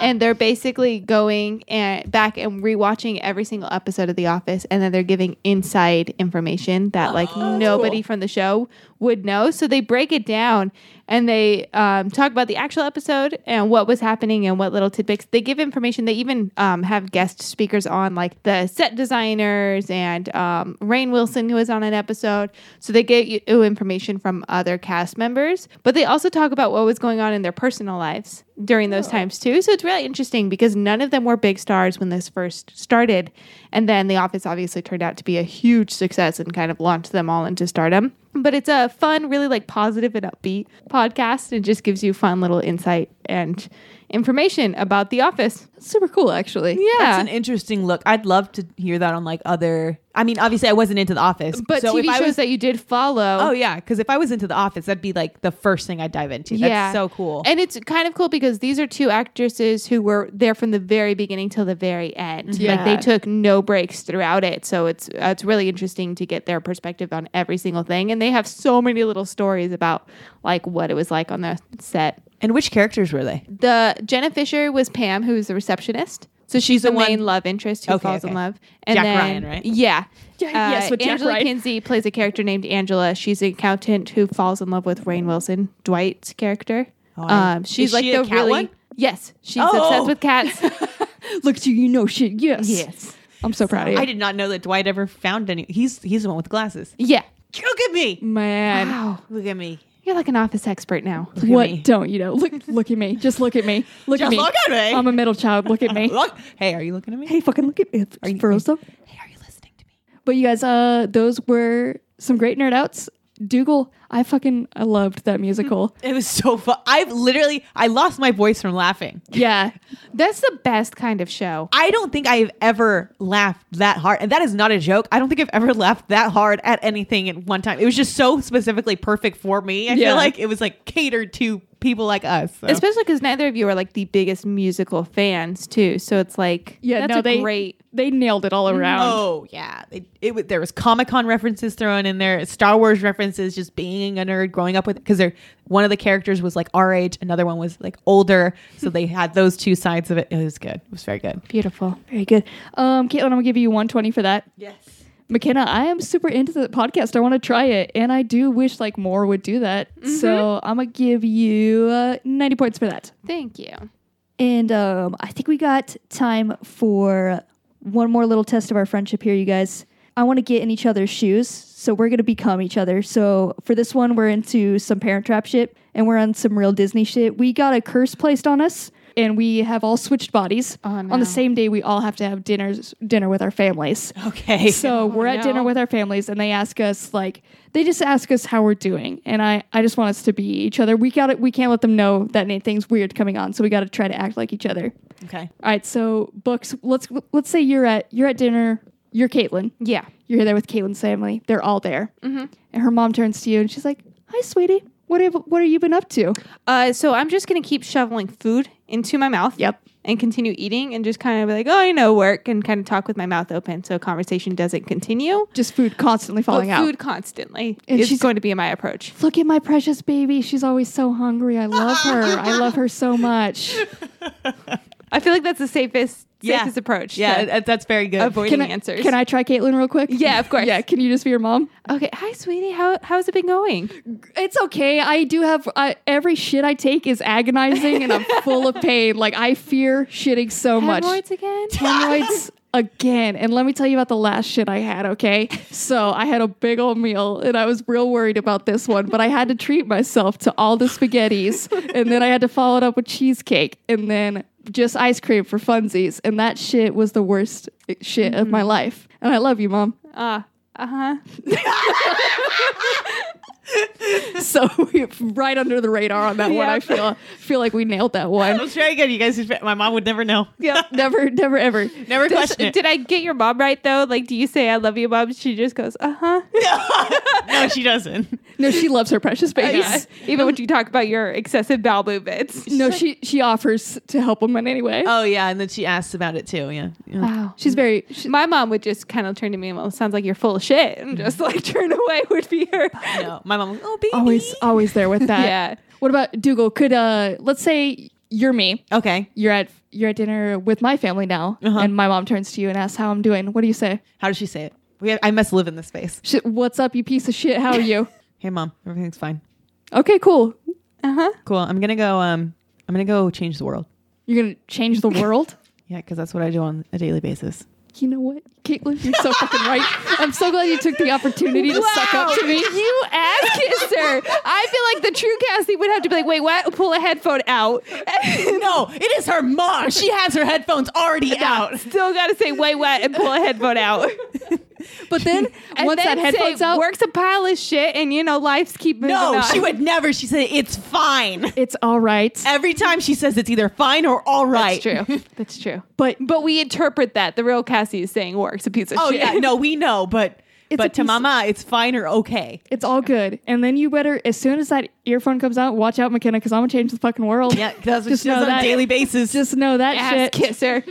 And they're basically going and back and rewatching every single episode of The Office. And then they're giving inside information that like nobody from the show would know. So they break it down and they um, talk about the actual episode and what was happening and what little tidbits. They give information. They even um, have guest speakers on, like the set designers and um, Rain Wilson, who was on an episode, episode. So they get you information from other cast members, but they also talk about what was going on in their personal lives during Oh. those times too. So it's really interesting because none of them were big stars when this first started. And then The Office obviously turned out to be a huge success and kind of launched them all into stardom. But it's a fun, really like positive and upbeat podcast. It just gives you fun little insight and information about The Office. Super cool, actually. Yeah. That's an interesting look. I'd love to hear that on like other. I mean, obviously, I wasn't into The Office, but so TV if I shows was, that you did follow. oh yeah, because if I was into The Office, that'd be like the first thing I'd dive into. That's so cool. And it's kind of cool because these are two actresses who were there from the very beginning till the very end. Like they Yeah. took no breaks throughout it. So it's uh, it's really interesting to get their perspective on every single thing. And they have so many little stories about like what it was like on the set. and which characters were they? The Jenna Fisher was Pam, who's the receptionist. So she's the, The one- main love interest who Okay, falls in okay. love. And Jack then, Ryan, right? Yeah. Uh, Yeah, yes, with Jack Angela Ryan. Kinsey plays a character named Angela. She's an accountant who falls in love with Rain Wilson, Dwight's character. Oh, I- um, she's Is like she the a cat really one? yes, she's Oh. obsessed with cats. Look at you, you know shit. Yes. I'm so proud of you. I did not know that Dwight ever found any. He's he's the one with the glasses. yeah. Look at me. Man. Wow, Look at me. you're like an office expert now. Look at What me. don't you know? Look look at me. Just look at me. Look Just at me. look at me. I'm a middle child. Look at me. Look. Hey, are you looking at me? hey, fucking look at me. It's Are you- froze up. Hey, are you listening to me? But you guys, uh, those were some great nerd outs. Dougal, I fucking I loved that musical. It was so fun. I've literally I lost my voice from laughing. yeah. That's the best kind of show. I don't think I've ever laughed that hard. And that is not a joke. I don't think I've ever laughed that hard at anything at one time. It was just so specifically perfect for me. I Yeah. feel like it was like catered to people like us. so. Especially because neither of you are like the biggest musical fans too, so it's like Yeah, that's no, a they great they nailed it all around. Oh yeah, it, it was- there was Comic Con references thrown in there, Star Wars references, just being a nerd, growing up with because they're one of the characters was like our age, another one was like older, so they had those two sides of it. It was good. It was very good. beautiful. Very good. Um, Caitlin, I'm gonna give you 120 for that. Yes. McKenna, I am super into the podcast. I want to try it, and I do wish like more would do that. So I'm gonna give you uh, 90 points for that. Thank you. And um, I think we got time for one more little test of our friendship here, you guys. I want to get in each other's shoes, so we're going to become each other. So for this one, we're into some Parent Trap shit, and we're on some real Disney shit. We got a curse placed on us, and we have all switched bodies Oh, no. on the same day. We all have to have dinners dinner with our families. Okay. So we're at dinner Oh, no. with our families, and they ask us like they just ask us how we're doing, and I I just want us to be each other. We got We can't let them know that anything's weird coming on, so we got to try to act like each other. Okay. All right, so books. Let's let's say you're at you're at dinner. You're Caitlin. Yeah. You're there with Caitlin's family. They're all there, mm-hmm. and her mom turns to you and she's like, "Hi, sweetie. What have what have you been up to?" Uh, so I'm just gonna keep shoveling food into my mouth. Yep. And continue eating and just kind of be like, oh, I know work, and kind of talk with my mouth open so conversation doesn't continue. Just food constantly But falling out. food constantly Oh, And is she's- going to be my approach. Look at my precious baby. She's always so hungry. I love her. I love her so much. I feel like that's the safest, Yeah. safest approach. Yeah, to that- that's very good. avoiding I, answers. Uh, Can I try Caitlin real quick? Yeah, of course. yeah, can you just be your mom? Okay. Hi, sweetie. How how's it been going? It's okay. I do have I, every shit I take is agonizing, and I'm full of pain. Like I fear shitting so much. Hemorrhoids again? hemorrhoids again. And let me tell you about the last shit I had, okay? So I had a big old meal and I was real worried about this one, but I had to treat myself to all the spaghettis and then I had to follow it up with cheesecake and then just ice cream for funsies. And that shit was the worst shit of my life. And I love you, mom. Uh, uh huh. So we right under the radar on that one. Yeah. I feel feel like we nailed that It one. was very good. You guys, just- my mom would never know. Yep. Never, never, ever. Never question it. Did I get your mom right though? Like, do you say I love you, mom? She just goes, uh huh. no, she doesn't. No, she loves her precious babies. Yeah. Even when you talk about your excessive bowel movements. No, she she offers to help them in any way. Oh yeah, and then she asks about it too. Yeah. Yeah. Wow. She's very. She, My mom would just kind of turn to me and well, it sounds like you're full of shit and Mm-hmm. just like turn away would be her. no, my mom. Oh, baby. always always there with that. Yeah. What about Dougal? Could uh let's say you're me. Okay. You're at you're at dinner with my family now, and my mom turns to you and asks how I'm doing. What do you say? How does she say it? We I must live in this space. She, What's up, you piece of shit? How are you? Hey, mom. Everything's fine. okay, cool. Cool. I'm gonna go. Um, I'm gonna go change the world. You're gonna change the world. Yeah, because that's what I do on a daily basis. You know what, Caitlin, you're so fucking right. I'm so glad you took the opportunity to suck up to me. You ass kisser. I feel like the true Cassie would have to be like, wait, what? Pull a headphone out. no, it is her mom. She has her headphones already out. Still got to say, wait, what? And pull a headphone out. But then And once then that headphones say, out, works a pile of shit, and you know, life's keep moving No, on. she would never. She said it's fine. it's all right. Every time she says it's either fine or all right. That's true. That's true. But But we interpret that the real Cassie is saying works a piece of Oh shit. yeah, no, we know, but It's a but to piece- Mama, it's fine or okay. it's all good. And then you better, as soon as that earphone comes out, watch out, McKenna, because I'm gonna change the fucking world. Yeah, that's what Just she does know on that- a daily basis. Just know that Ass shit. kisser.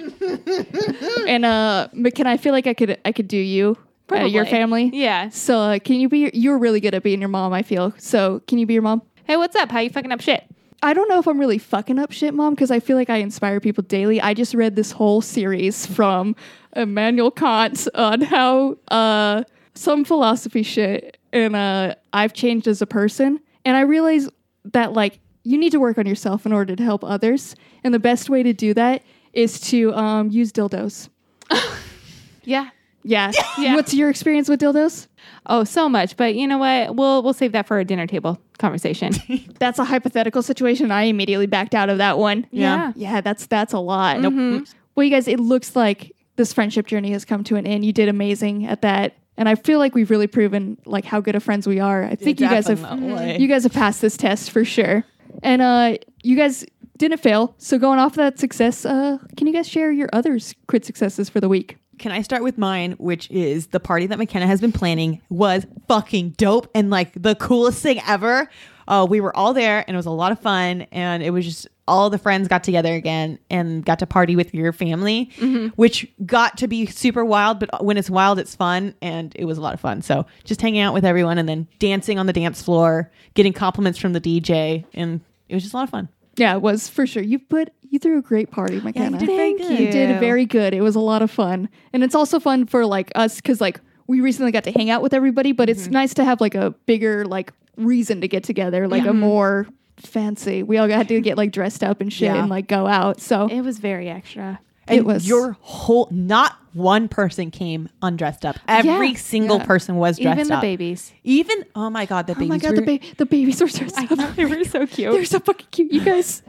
And uh, McKenna, I feel like I could, I could do you, uh, your Probably. family. Yeah. So uh, can you be? Your, you're really good at being your mom. I feel so. Can you be your mom? Hey, what's up? How you fucking up shit? I don't know if I'm really fucking up shit, mom, because I feel like I inspire people daily. I just read this whole series from Immanuel Kant on how uh, some philosophy shit, and uh, I've changed as a person. And I realize that, like, you need to work on yourself in order to help others. And the best way to do that is to um, use dildos. Yeah. Yeah. Yeah. What's your experience with dildos? Oh, so much. But you know what? We'll we'll save that for a dinner table conversation. That's a hypothetical situation. I immediately backed out of that one. Yeah. Yeah, that's that's a lot. Well, you guys, it looks like this friendship journey has come to an end. You did amazing at that, and I feel like we've really proven like how good of friends we are. I think you guys have Definitely. you guys have passed this test for sure, and uh, you guys didn't fail. So going off that success, uh, can you guys share your other s- crit successes for the week? Can I start with mine, which is the party that McKenna has been planning was fucking dope and like the coolest thing ever. Uh, we were all there and it was a lot of fun. And it was just all the friends got together again and got to party with your family, which got to be super wild. But when it's wild, it's fun. And it was a lot of fun. So just hanging out with everyone and then dancing on the dance floor, getting compliments from the DJ. And it was just a lot of fun. Yeah, it was for sure. You put you threw a great party, McKenna. did very Thank good. You did very good. It was a lot of fun, and it's also fun for like us because like we recently got to hang out with everybody, but Mm-hmm. it's nice to have like a bigger like reason to get together, like Mm-hmm. a more fancy. We all got to get like dressed up and shit Yeah. and like go out. So it was very extra. It And was- your whole not one person came undressed up. Every Yeah. single Yeah. person was dressed Even the up. babies. Even oh my god, the oh babies. my god, were- the, ba- the babies were so They were so cute. they're so fucking cute. You guys,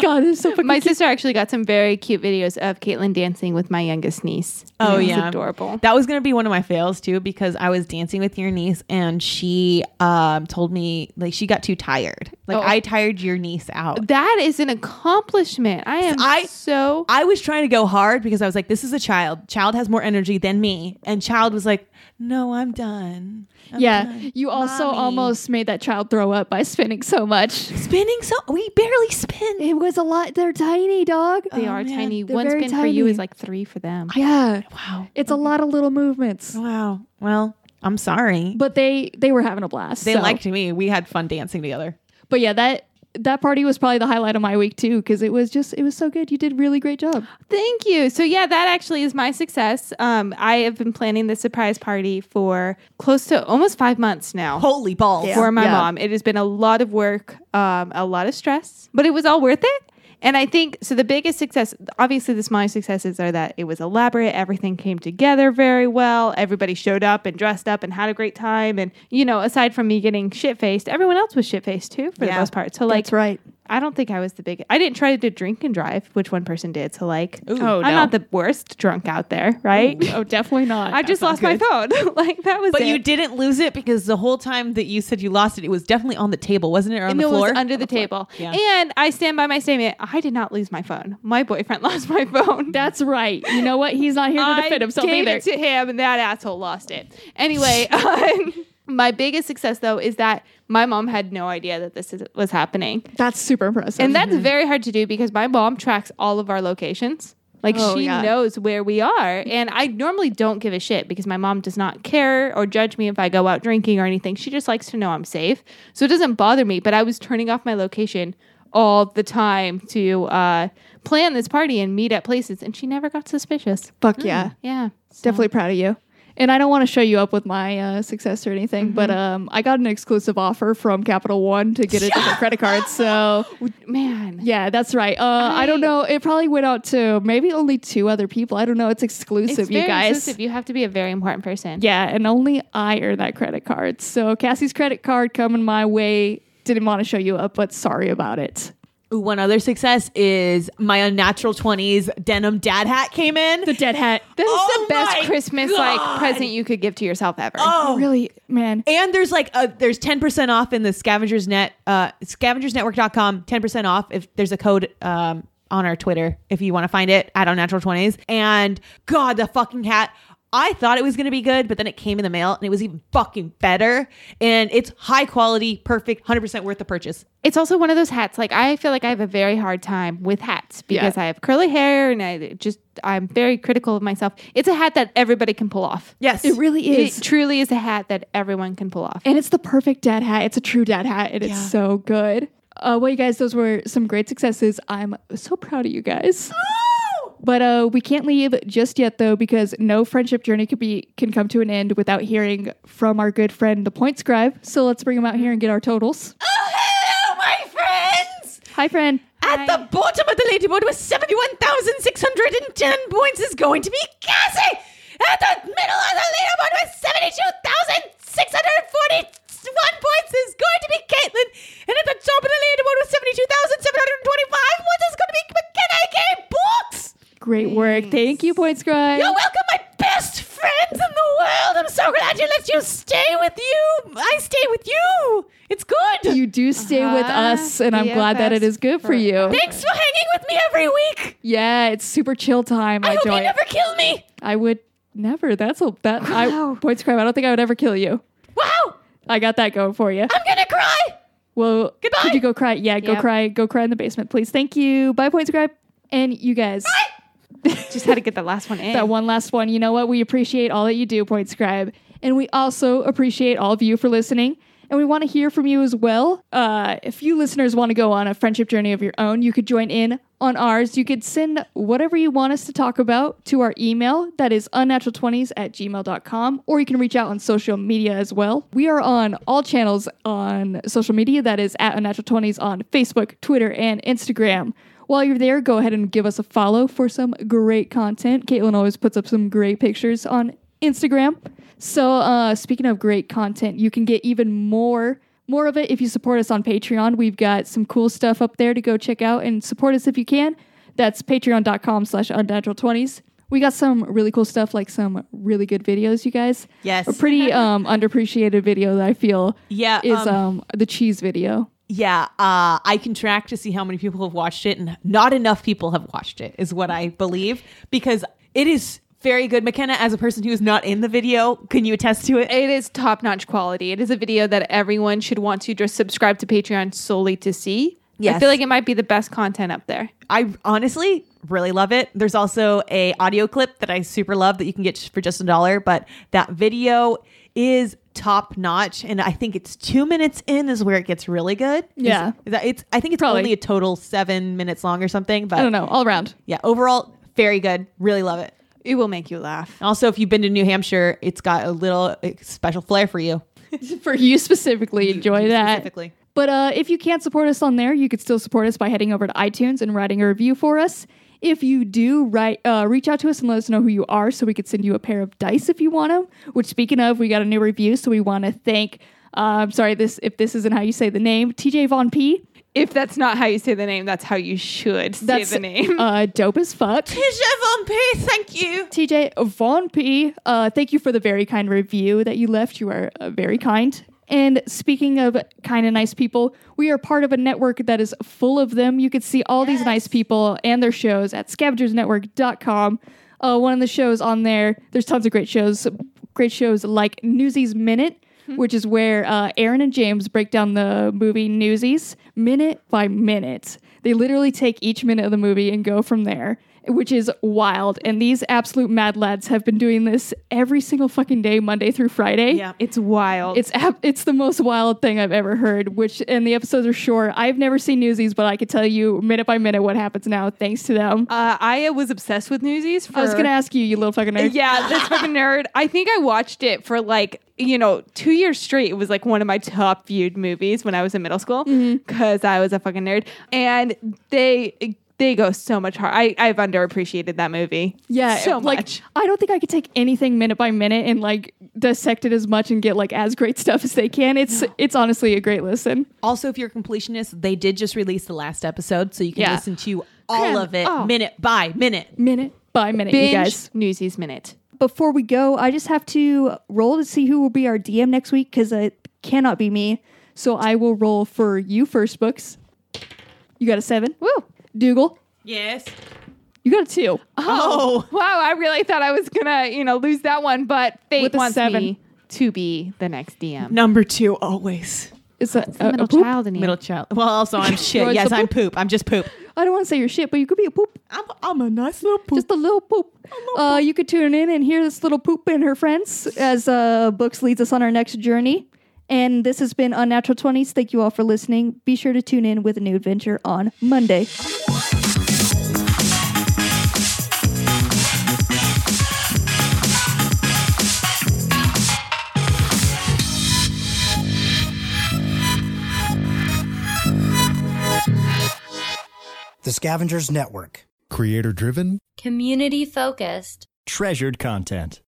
God, they're so fucking My cute. sister actually got some very cute videos of Caitlin dancing with my youngest niece. Oh, It was yeah. adorable. That was gonna be one of my fails too because I was dancing with your niece and she um told me like she got too tired. Like Oh. I tired your niece out. That is an accomplishment. I am I- oh, so I was trying to go hard because I was like, this is a child. Child has more energy than me. And child was like, no, I'm done. I'm Yeah, done. you also Mommy. almost made that child throw up by spinning so much. spinning so we barely spin. It was a lot. They're tiny, dog. they are man, tiny. Oh, they're One very spin for you tiny. is like three for them. Yeah. Wow. It's a lot of little movements. Wow. Well, I'm sorry. But they they were having a blast. They so. liked me. We had fun dancing together. But yeah, that that party was probably the highlight of my week too because it was just it was so good. You did a really great job. Thank you. So yeah, that actually is my success. Um, I have been planning this surprise party for close to almost five months now. Holy balls. for my Yeah. mom. It has been a lot of work, um, a lot of stress, but it was all worth it. And I think so. The biggest success, obviously, the smaller successes are that it was elaborate. Everything came together very well. Everybody showed up and dressed up and had a great time. And you know, aside from me getting shit faced, everyone else was shit faced too for the Yeah. most part. So like, right. I don't think I was the big. I didn't try to drink and drive, which one person did. So like, Oh, I'm no. not the worst drunk out there, right? Oh, definitely not. I just lost my phone. like that was. But you it. didn't lose it because the whole time that you said you lost it, it was definitely on the table, wasn't it? Or on No, the floor? It was under the, table. Yeah. And I stand by my statement. I did not lose my phone. My boyfriend lost my phone. That's right. You know what? He's not here to I defend himself gave either. it to him, and that asshole lost it. Anyway, um, my biggest success though is that my mom had no idea that this is, was happening, That's super impressive. and that's very hard to do because my mom tracks all of our locations. Like Oh, she yeah. knows where we are, and I normally don't give a shit because my mom does not care or judge me if I go out drinking or anything. She just likes to know I'm safe, so it doesn't bother me. But I was turning off my location all the time to uh, plan this party and meet at places, and she never got suspicious. fuck yeah. Yeah, Definitely proud of you. Mm-hmm. And I don't want to show you up with my uh, success or anything, but um, I got an exclusive offer from Capital One to get a different credit card. So Man. yeah, that's right. Uh, I, don't know. It probably went out to maybe only two other people. I don't know. It's exclusive, It's very you guys. exclusive. You have to be a very important person. Yeah, and only I earn that credit card. So Cassie's credit card coming my way. Didn't want to show you up, but sorry about it. Ooh, one other success is my unnatural 20s denim dad hat came in. The dead hat. This Oh is the best my Christmas like God. present you could give to yourself ever. oh, really, man. and there's like a there's 10% off in the scavengers net uh scavengersnetwork.com 10% off if there's a code um on our twitter if you want to find it at unnatural 20s and god the fucking hat i thought it was going to be good but then it came in the mail and it was even fucking better and it's high quality perfect 100% worth the purchase It's also one of those hats. Like I feel like I have a very hard time with hats because I have curly hair and I just I'm very critical of myself. It's a hat that everybody can pull off. yes It really is. It truly is a hat that everyone can pull off. and it's the perfect dad hat. It's a true dad hat, and it's so good. Uh, well, you guys, those were some great successes. I'm so proud of you guys. But uh, we can't leave just yet, though, because no friendship journey could be can come to an end without hearing from our good friend, the Point Scribe. So let's bring him out here and get our totals. oh hello my friends Hi, friend. at the bottom of the leaderboard with 71,610 points is going to be Cassie. At the middle of the leaderboard with 72,641 points is going to be Caitlin. And at the top of the leaderboard with 72,725 points is going to be McKenna, aka Books. Great work. Thank you, Point Scribe. You're welcome, my best friends in the world. I'm so glad you let you stay with you. I stay with you. It's good. you do stay with Uh-huh. us, and I'm glad that it is good for you. Thanks for hanging with me every week. Yeah, it's super chill time. I, I hope enjoy you it. never kill me. I would never. That's a that I point crime. I don't think I would ever kill you. Wow. I got that going for you. I'm gonna cry. Well, Goodbye. Could you go cry? Yeah, go Yep. cry. Go cry in the basement, please. Thank you. Bye, point scribe. And you guys, Just had to get the last one in. that one last one. You know what? We appreciate all that you do, point scribe, and we also appreciate all of you for listening. And we want to hear from you as well. Uh, if you listeners want to go on a friendship journey of your own, you could join in on ours. You could send whatever you want us to talk about to our email. That is unnatural20s at gmail.com. Or you can reach out on social media as well. We are on all channels on social media. That is at unnatural20s on Facebook, Twitter, and Instagram. While you're there, go ahead and give us a follow for some great content. Caitlin always puts up some great pictures on Instagram. So, uh, speaking of great content, you can get even more more of it if you support us on Patreon. We've got some cool stuff up there to go check out and support us if you can. That's patreon.com slash unnatural20s. We got some really cool stuff, like some really good videos, you guys. Yes. A pretty um, underappreciated video that I feel Yeah, is um, um, the cheese video. Yeah, uh, I can track to see how many people have watched it, and not enough people have watched it, is what I believe, because it is very good. McKenna, as a person who is not in the video, can you attest to it? it is top notch quality. It is a video that everyone should want to just subscribe to Patreon solely to see. I Yes. feel like it might be the best content up there. I honestly really love it. There's also a audio clip that I super love that you can get for just a dollar, but that video is top notch, and I think it's two minutes in is where it gets really good. Is- Yeah. is that, it's I think it's Probably. only a total seven minutes long or something, but I don't know, all around. yeah, overall very good. Really love it. It will make you laugh. Also, if you've been to New Hampshire, it's got a little uh, special flair for you. for you specifically enjoy that specifically. but uh, if you can't support us on there you could still support us by heading over to itunes and writing a review for us if you do write uh, reach out to us and let us know who you are so we could send you a pair of dice if you want them which speaking of we got a new review so we want to thank uh, i'm sorry this if this isn't how you say the name tj von p If that's not how you say the name, that's how you should that's say the name. uh, dope as fuck thank you. TJ Von P, uh, thank you for the very kind review that you left. You are uh, very kind. And speaking of kind and nice people, we are part of a network that is full of them. You can see all these nice people and their shows at scavengersnetwork.com. Uh, one of the shows on there, there's tons of great shows, great shows like Newsies Minute, which is where uh, Aaron and James break down the movie Newsies minute by minute. They literally take each minute of the movie and go from there. which is wild. And these absolute mad lads have been doing this every single fucking day, Monday through Friday. Yeah. It's wild. It's ab- it's the most wild thing I've ever heard. Which and the episodes are short. I've never seen Newsies, but I could tell you minute by minute what happens now, thanks to them. uh, I was obsessed with Newsies. For, I was gonna ask you, you little fucking nerd. Yeah, this fucking nerd. I think I watched it for like, you know, two years straight. It was like one of my top viewed movies when I was in middle school because I was a fucking nerd. And they. They go so much hard. I, I've underappreciated that movie. Yeah, so like much. I don't think I could take anything minute by minute and like dissect it as much and get like as great stuff as they can. It's it's honestly a great listen. Also, if you're a completionist, they did just release the last episode, so you can Yeah. listen to all Crap. of it Oh. minute by minute. Minute by minute, Binge you guys. Newsies minute. Before we go, I just have to roll to see who will be our DM next week because it cannot be me. So I will roll for you first, books. You got a seven. Woo. Dougal, Yes. you got a two. Oh. wow! I really thought I was gonna, you know, lose that one, but fate With a wants seven. me to be the next DM. Number two, always. It's a, The a- a middle poop. child in you. Middle child. Well, also I'm Roy's shit. yes, a I'm poop. I'm just poop. I don't want to say your shit, but you could be a poop. I'm, I'm a nice little poop. just a little poop. Uh, you could tune in and hear this little poop and her friends as uh, Books leads us on our next journey. And this has been Unnatural 20s. Thank you all for listening. Be sure to tune in with a new adventure on Monday. The Scavengers Network. Creator driven, Community focused. treasured content.